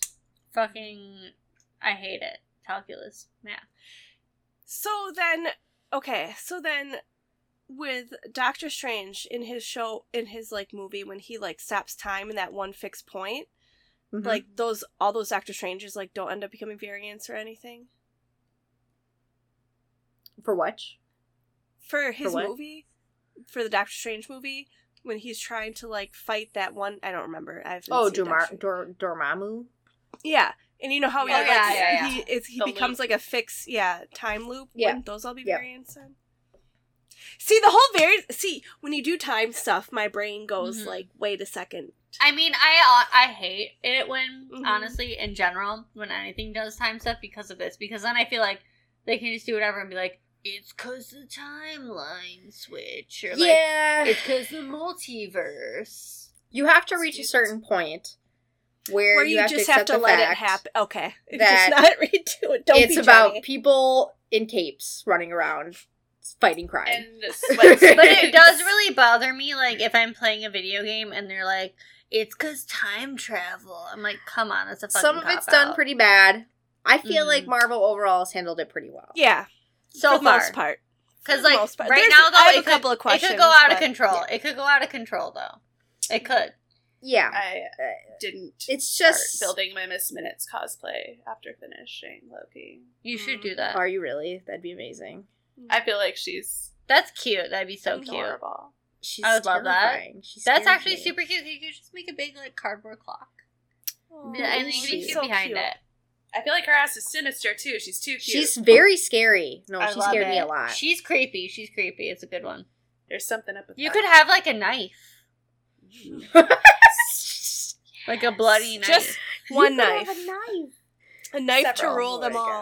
Speaker 2: fucking. I hate it. Calculus math.
Speaker 3: So then, okay, so then with Doctor Strange in his show, in his like movie, when he like stops time in that one fixed point,
Speaker 1: Mhm.
Speaker 3: like those, all those Doctor Stranges like don't end up becoming variants or anything
Speaker 1: for what?
Speaker 3: for his
Speaker 1: what?
Speaker 3: movie, for the Doctor Strange movie, when he's trying to like fight that one, I don't remember. I've
Speaker 1: Oh, Dorma- Dor- Dormammu.
Speaker 3: yeah. And you know how
Speaker 4: Yeah,
Speaker 3: he,
Speaker 4: yeah,
Speaker 3: like,
Speaker 2: yeah,
Speaker 3: he, it's, he
Speaker 4: The
Speaker 3: becomes like a fixed yeah time loop.
Speaker 1: Yeah.
Speaker 3: Wouldn't those all be
Speaker 1: Yeah.
Speaker 3: variants then? See the whole vari See when you do time stuff, my brain goes
Speaker 2: Mhm.
Speaker 3: like, wait a second.
Speaker 2: I mean, I I hate it when
Speaker 3: Mhm.
Speaker 2: honestly, in general, when anything does time stuff because of this, because then I feel like they can just do whatever and be like, it's because the timeline switch or like
Speaker 1: yeah.
Speaker 2: It's because the multiverse.
Speaker 1: you have to reach a
Speaker 4: Excuse
Speaker 1: certain point where,
Speaker 3: Where
Speaker 1: you,
Speaker 3: you,
Speaker 1: have
Speaker 3: just
Speaker 1: to
Speaker 3: have
Speaker 1: accept
Speaker 3: to
Speaker 1: the
Speaker 3: let it
Speaker 1: fact
Speaker 3: happen. Okay,
Speaker 1: that
Speaker 3: just not redo it. Don't
Speaker 1: it's
Speaker 3: be
Speaker 1: about
Speaker 3: Johnny.
Speaker 1: people in capes running around fighting crime.
Speaker 4: And sweat-
Speaker 2: But it does really bother me, like, if I'm playing a video game and they're like, it's because time travel. I'm like, come on, that's a fucking
Speaker 1: Some of it's
Speaker 2: cop-out.
Speaker 1: done pretty bad. I feel
Speaker 2: Mhm.
Speaker 1: like Marvel overall has handled it pretty well.
Speaker 3: Yeah,
Speaker 2: So
Speaker 3: for the
Speaker 2: far.
Speaker 3: most part.
Speaker 2: Because,
Speaker 3: For the
Speaker 2: like,
Speaker 3: most part.
Speaker 2: right
Speaker 3: There's-
Speaker 2: now, though,
Speaker 3: I have
Speaker 2: it
Speaker 3: a
Speaker 2: could,
Speaker 3: couple of
Speaker 2: It could
Speaker 3: questions,
Speaker 2: go out of
Speaker 3: but-
Speaker 2: control. It could go out of control, though. It could.
Speaker 1: Yeah.
Speaker 4: I
Speaker 1: Uh,
Speaker 4: didn't.
Speaker 1: It's
Speaker 4: start
Speaker 1: just.
Speaker 4: building my Miss Minutes cosplay after finishing Loki.
Speaker 2: You should
Speaker 3: Mhm.
Speaker 2: do that.
Speaker 1: Are you really? That'd be amazing.
Speaker 4: I feel like she's
Speaker 2: That's cute. That'd be so cute.
Speaker 4: adorable.
Speaker 1: She's
Speaker 2: I would love that.
Speaker 1: terrifying. She
Speaker 2: That's
Speaker 1: scares
Speaker 2: actually
Speaker 1: me.
Speaker 2: super cute. You could just make a big, like, cardboard clock.
Speaker 1: Ooh,
Speaker 2: and you could be
Speaker 1: she's
Speaker 2: Oh, cute
Speaker 1: so
Speaker 2: behind it.
Speaker 4: I feel like her ass is sinister too. She's too cute.
Speaker 1: She's very scary. No,
Speaker 2: I
Speaker 1: she
Speaker 2: love
Speaker 1: scared me a
Speaker 2: it.
Speaker 1: lot.
Speaker 2: She's creepy. She's creepy. It's a good one.
Speaker 4: There's something up with
Speaker 2: You
Speaker 4: that.
Speaker 2: could have like a knife, like a bloody knife.
Speaker 3: Just one knife,
Speaker 1: A knife.
Speaker 3: a knife
Speaker 4: Several.
Speaker 3: to rule them all.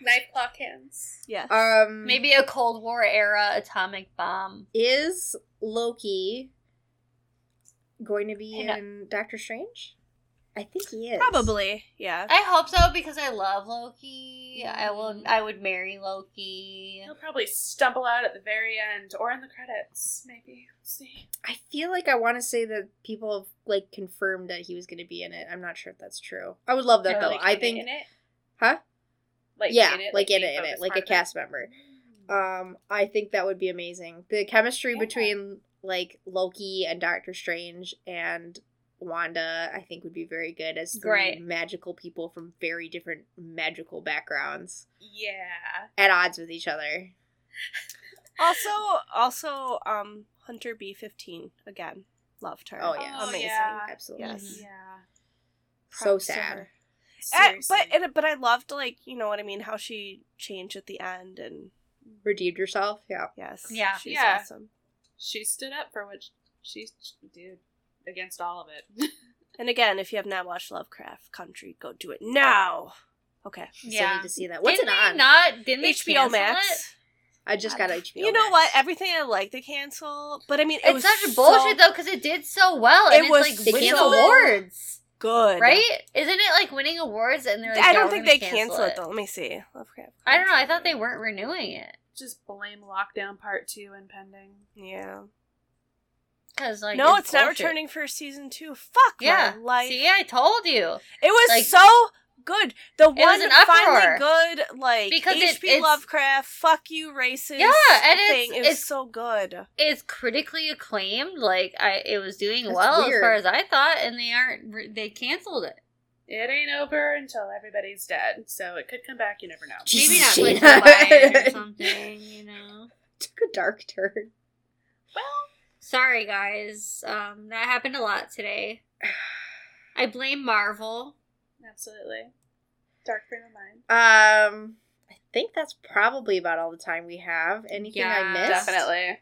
Speaker 4: knife clock hands.
Speaker 3: Yes.
Speaker 1: Um, Maybe
Speaker 2: maybe a Cold War era atomic bomb.
Speaker 1: is Loki going to be
Speaker 2: Hang on.
Speaker 1: in Doctor Strange? I think he is.
Speaker 3: Probably, yeah.
Speaker 2: I hope so because I love Loki. I will. I would marry Loki.
Speaker 4: He'll probably stumble out at the very end or in the credits, maybe. We'll see.
Speaker 1: I feel like I want to say that people have like confirmed that he was going to be in it. I'm not sure if that's true. I would love that
Speaker 4: Or,
Speaker 1: though.
Speaker 4: like,
Speaker 1: I
Speaker 4: in it-
Speaker 1: think,
Speaker 4: in it?
Speaker 1: huh?
Speaker 4: Like
Speaker 1: yeah, like in
Speaker 4: being
Speaker 1: it, in
Speaker 4: Boba's
Speaker 1: it, like
Speaker 4: part
Speaker 1: a
Speaker 4: of it?
Speaker 1: cast member. Um, I think that would be amazing. The chemistry
Speaker 4: Yeah.
Speaker 1: between like Loki and Doctor Strange and Wanda, I think, would be very good as three
Speaker 2: Great.
Speaker 1: magical people from very different magical backgrounds
Speaker 4: Yeah.
Speaker 1: at odds with each other.
Speaker 3: Also, also, um, Hunter B fifteen again. Loved her.
Speaker 1: Oh, yeah.
Speaker 4: Oh,
Speaker 3: amazing. Eh,
Speaker 4: yeah.
Speaker 1: Absolutely,
Speaker 3: Yes.
Speaker 4: Yeah.
Speaker 1: so
Speaker 3: Props to
Speaker 1: sad.
Speaker 3: her. Eh, but
Speaker 4: Seriously.
Speaker 3: and, but I loved like you know what I mean how she changed at the end and
Speaker 1: Redeemed yourself. Yeah,
Speaker 3: yes
Speaker 2: Yeah.
Speaker 3: she's
Speaker 4: Yeah.
Speaker 3: awesome
Speaker 4: she stood up for what she she did against all of it.
Speaker 3: and again if you have not watched Lovecraft Country go do it now okay
Speaker 1: yeah.
Speaker 2: yeah.
Speaker 1: need to see that. What's
Speaker 2: didn't
Speaker 1: it
Speaker 2: they
Speaker 1: on?
Speaker 2: Not didn't they
Speaker 3: HBO Max
Speaker 1: I just got HBO.
Speaker 3: Uh, you know
Speaker 1: Max.
Speaker 3: what everything I like they cancel but I mean it
Speaker 2: It's
Speaker 3: was
Speaker 2: such
Speaker 3: so
Speaker 2: bullshit though because it did so well
Speaker 3: It
Speaker 2: and
Speaker 3: was-
Speaker 2: it's
Speaker 1: They
Speaker 2: like winning
Speaker 1: canceled it?
Speaker 2: awards,
Speaker 3: good
Speaker 2: right? Isn't it like winning awards and they're like, "Yeah,
Speaker 3: I don't
Speaker 2: we're
Speaker 3: think
Speaker 2: gonna
Speaker 3: they cancel it. though let me see Lovecraft
Speaker 2: I don't know. I
Speaker 3: Country.
Speaker 2: thought they weren't renewing it
Speaker 4: Just blame lockdown part two impending.
Speaker 3: yeah
Speaker 2: because like
Speaker 3: no it's, not
Speaker 2: bullshit.
Speaker 3: returning for season two fuck
Speaker 2: Yeah,
Speaker 3: my life
Speaker 2: see, I told you
Speaker 3: It was
Speaker 2: Like-
Speaker 3: so good. The one
Speaker 2: was an uproar.
Speaker 3: finally good, like
Speaker 2: Because it-
Speaker 3: H.P.
Speaker 2: it's-
Speaker 3: Lovecraft, "fuck you, racist."
Speaker 2: Yeah, and it's-
Speaker 3: thing. it was
Speaker 2: it's-
Speaker 3: so good.
Speaker 2: it's critically acclaimed. Like I, it was doing
Speaker 1: That's
Speaker 2: well as
Speaker 1: weird.
Speaker 2: far as I thought, and they aren't. re- They canceled it.
Speaker 4: It ain't over until everybody's dead, so it could come back. You never know.
Speaker 1: Jesus,
Speaker 2: Maybe
Speaker 1: Shayna.
Speaker 2: not Blitz will buy it or something. You know.
Speaker 1: Took a dark turn.
Speaker 4: Well,
Speaker 2: Sorry, guys. Um, that happened a lot today. I blame Marvel.
Speaker 4: absolutely. Dark frame of mind.
Speaker 1: Um, I think that's probably about all the time we have. Anything I
Speaker 2: Yeah.
Speaker 1: missed?
Speaker 4: Definitely.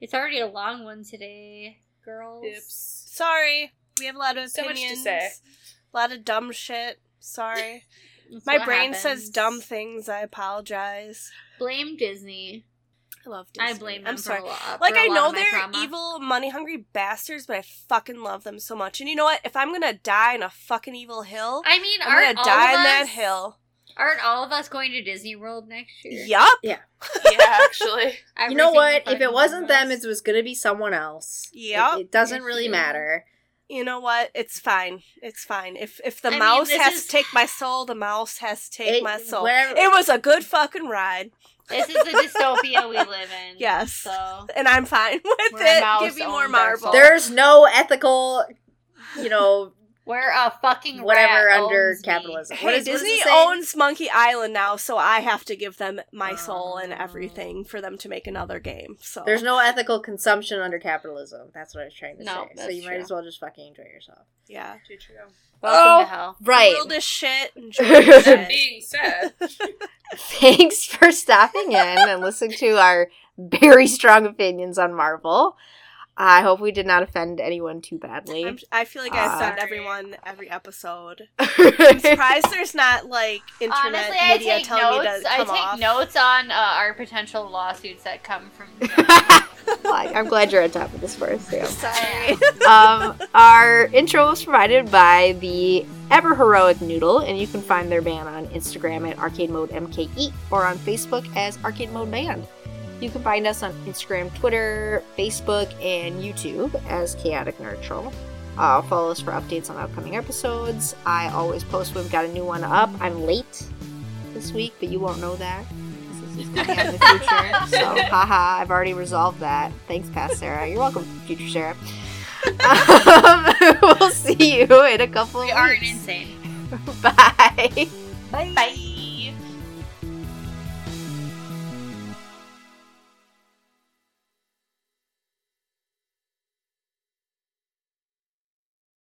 Speaker 2: It's already a long one today, girls.
Speaker 4: Oops.
Speaker 3: Sorry, we have a lot of
Speaker 4: So much to
Speaker 3: opinions.
Speaker 4: say.
Speaker 3: A lot of dumb shit. Sorry,
Speaker 2: That's
Speaker 3: my
Speaker 2: what
Speaker 3: brain
Speaker 2: happens.
Speaker 3: says dumb things. I apologize.
Speaker 2: Blame Disney.
Speaker 3: I love. Disney.
Speaker 2: I blame them
Speaker 3: I'm sorry.
Speaker 2: for a lot.
Speaker 3: Like
Speaker 2: for a
Speaker 3: I
Speaker 2: lot
Speaker 3: know
Speaker 2: of my
Speaker 3: they're
Speaker 2: trauma.
Speaker 3: evil, money hungry bastards, but I fucking love them so much. And you know what? If I'm gonna die on a fucking evil hill,
Speaker 2: I mean,
Speaker 3: I'm gonna
Speaker 2: aren't all
Speaker 3: die
Speaker 2: of
Speaker 3: on that
Speaker 2: us-
Speaker 3: hill.
Speaker 2: Aren't all of us going to Disney World next year?
Speaker 3: Yup.
Speaker 4: yeah, actually.
Speaker 1: You know
Speaker 2: Every
Speaker 1: what?
Speaker 2: single
Speaker 1: If it
Speaker 2: fucking
Speaker 1: wasn't
Speaker 2: one of
Speaker 1: them,
Speaker 2: us.
Speaker 1: it was gonna be someone else. It-
Speaker 3: Yep.
Speaker 1: It, doesn't
Speaker 2: It's
Speaker 1: really
Speaker 2: you.
Speaker 1: matter.
Speaker 3: you know what? It's fine. It's fine. If if the
Speaker 2: I mean,
Speaker 3: mouse
Speaker 2: this
Speaker 3: has
Speaker 2: is-
Speaker 3: to take my soul, the mouse has to take
Speaker 1: It-
Speaker 3: my soul.
Speaker 1: whatever-
Speaker 3: It was a good fucking ride,
Speaker 2: This is the dystopia we live in.
Speaker 3: Yes.
Speaker 2: Mm, So
Speaker 3: and I'm fine with
Speaker 2: We're a
Speaker 3: it.
Speaker 2: mouse
Speaker 3: Give me
Speaker 2: owned
Speaker 3: more
Speaker 2: our
Speaker 3: marble.
Speaker 2: soul.
Speaker 1: There's no ethical, you know,
Speaker 2: we're a fucking
Speaker 1: whatever
Speaker 2: rat
Speaker 1: under
Speaker 2: owns me.
Speaker 1: capitalism.
Speaker 3: Hey,
Speaker 1: What is- what does
Speaker 3: Disney
Speaker 1: it say?
Speaker 3: owns Monkey Island now, so I have to give them my soul and
Speaker 2: Oh.
Speaker 3: everything for them to make another game. So
Speaker 1: There's no ethical consumption under capitalism. That's what I was trying to
Speaker 2: No,
Speaker 1: say. So
Speaker 2: that's
Speaker 1: you might
Speaker 2: true.
Speaker 1: as well just fucking enjoy yourself.
Speaker 3: yeah,
Speaker 4: Too true.
Speaker 2: Welcome
Speaker 1: Oh.
Speaker 2: to hell.
Speaker 1: Right.
Speaker 3: World is shit. Enjoy your
Speaker 4: That
Speaker 3: shit.
Speaker 4: being said,
Speaker 1: Thanks for stopping in and listening to our very strong opinions on Marvel. I hope we did not offend anyone too badly.
Speaker 3: I'm, I feel like I
Speaker 1: Ah.
Speaker 3: offend
Speaker 4: Sorry.
Speaker 3: everyone every episode. I'm surprised there's not like internet
Speaker 2: Honestly, I
Speaker 3: media
Speaker 2: take
Speaker 3: telling me
Speaker 2: notes.
Speaker 3: to
Speaker 2: I
Speaker 3: come
Speaker 2: take
Speaker 3: off.
Speaker 2: notes on uh, our potential lawsuits that come from.
Speaker 1: I'm glad you're on top of this for us, too.
Speaker 3: Sorry.
Speaker 1: um, our intro was provided by the ever heroic Noodle, and you can find their band on Instagram at Arcade Mode MKE or on Facebook as Arcade Mode Band. You can find us on Instagram, Twitter, Facebook, and YouTube as Chaotic Neutral. Uh, follow us for updates on upcoming episodes. I always post when we've got a new one up. I'm late this week, but you won't know that. 'cause This is coming out in the future. So, haha, I've already resolved that. Thanks, past Sarah. You're welcome, future Sarah. Um, we'll see you in a couple
Speaker 2: we
Speaker 1: of
Speaker 2: aren't
Speaker 1: weeks.
Speaker 2: insane.
Speaker 1: Bye.
Speaker 2: Bye.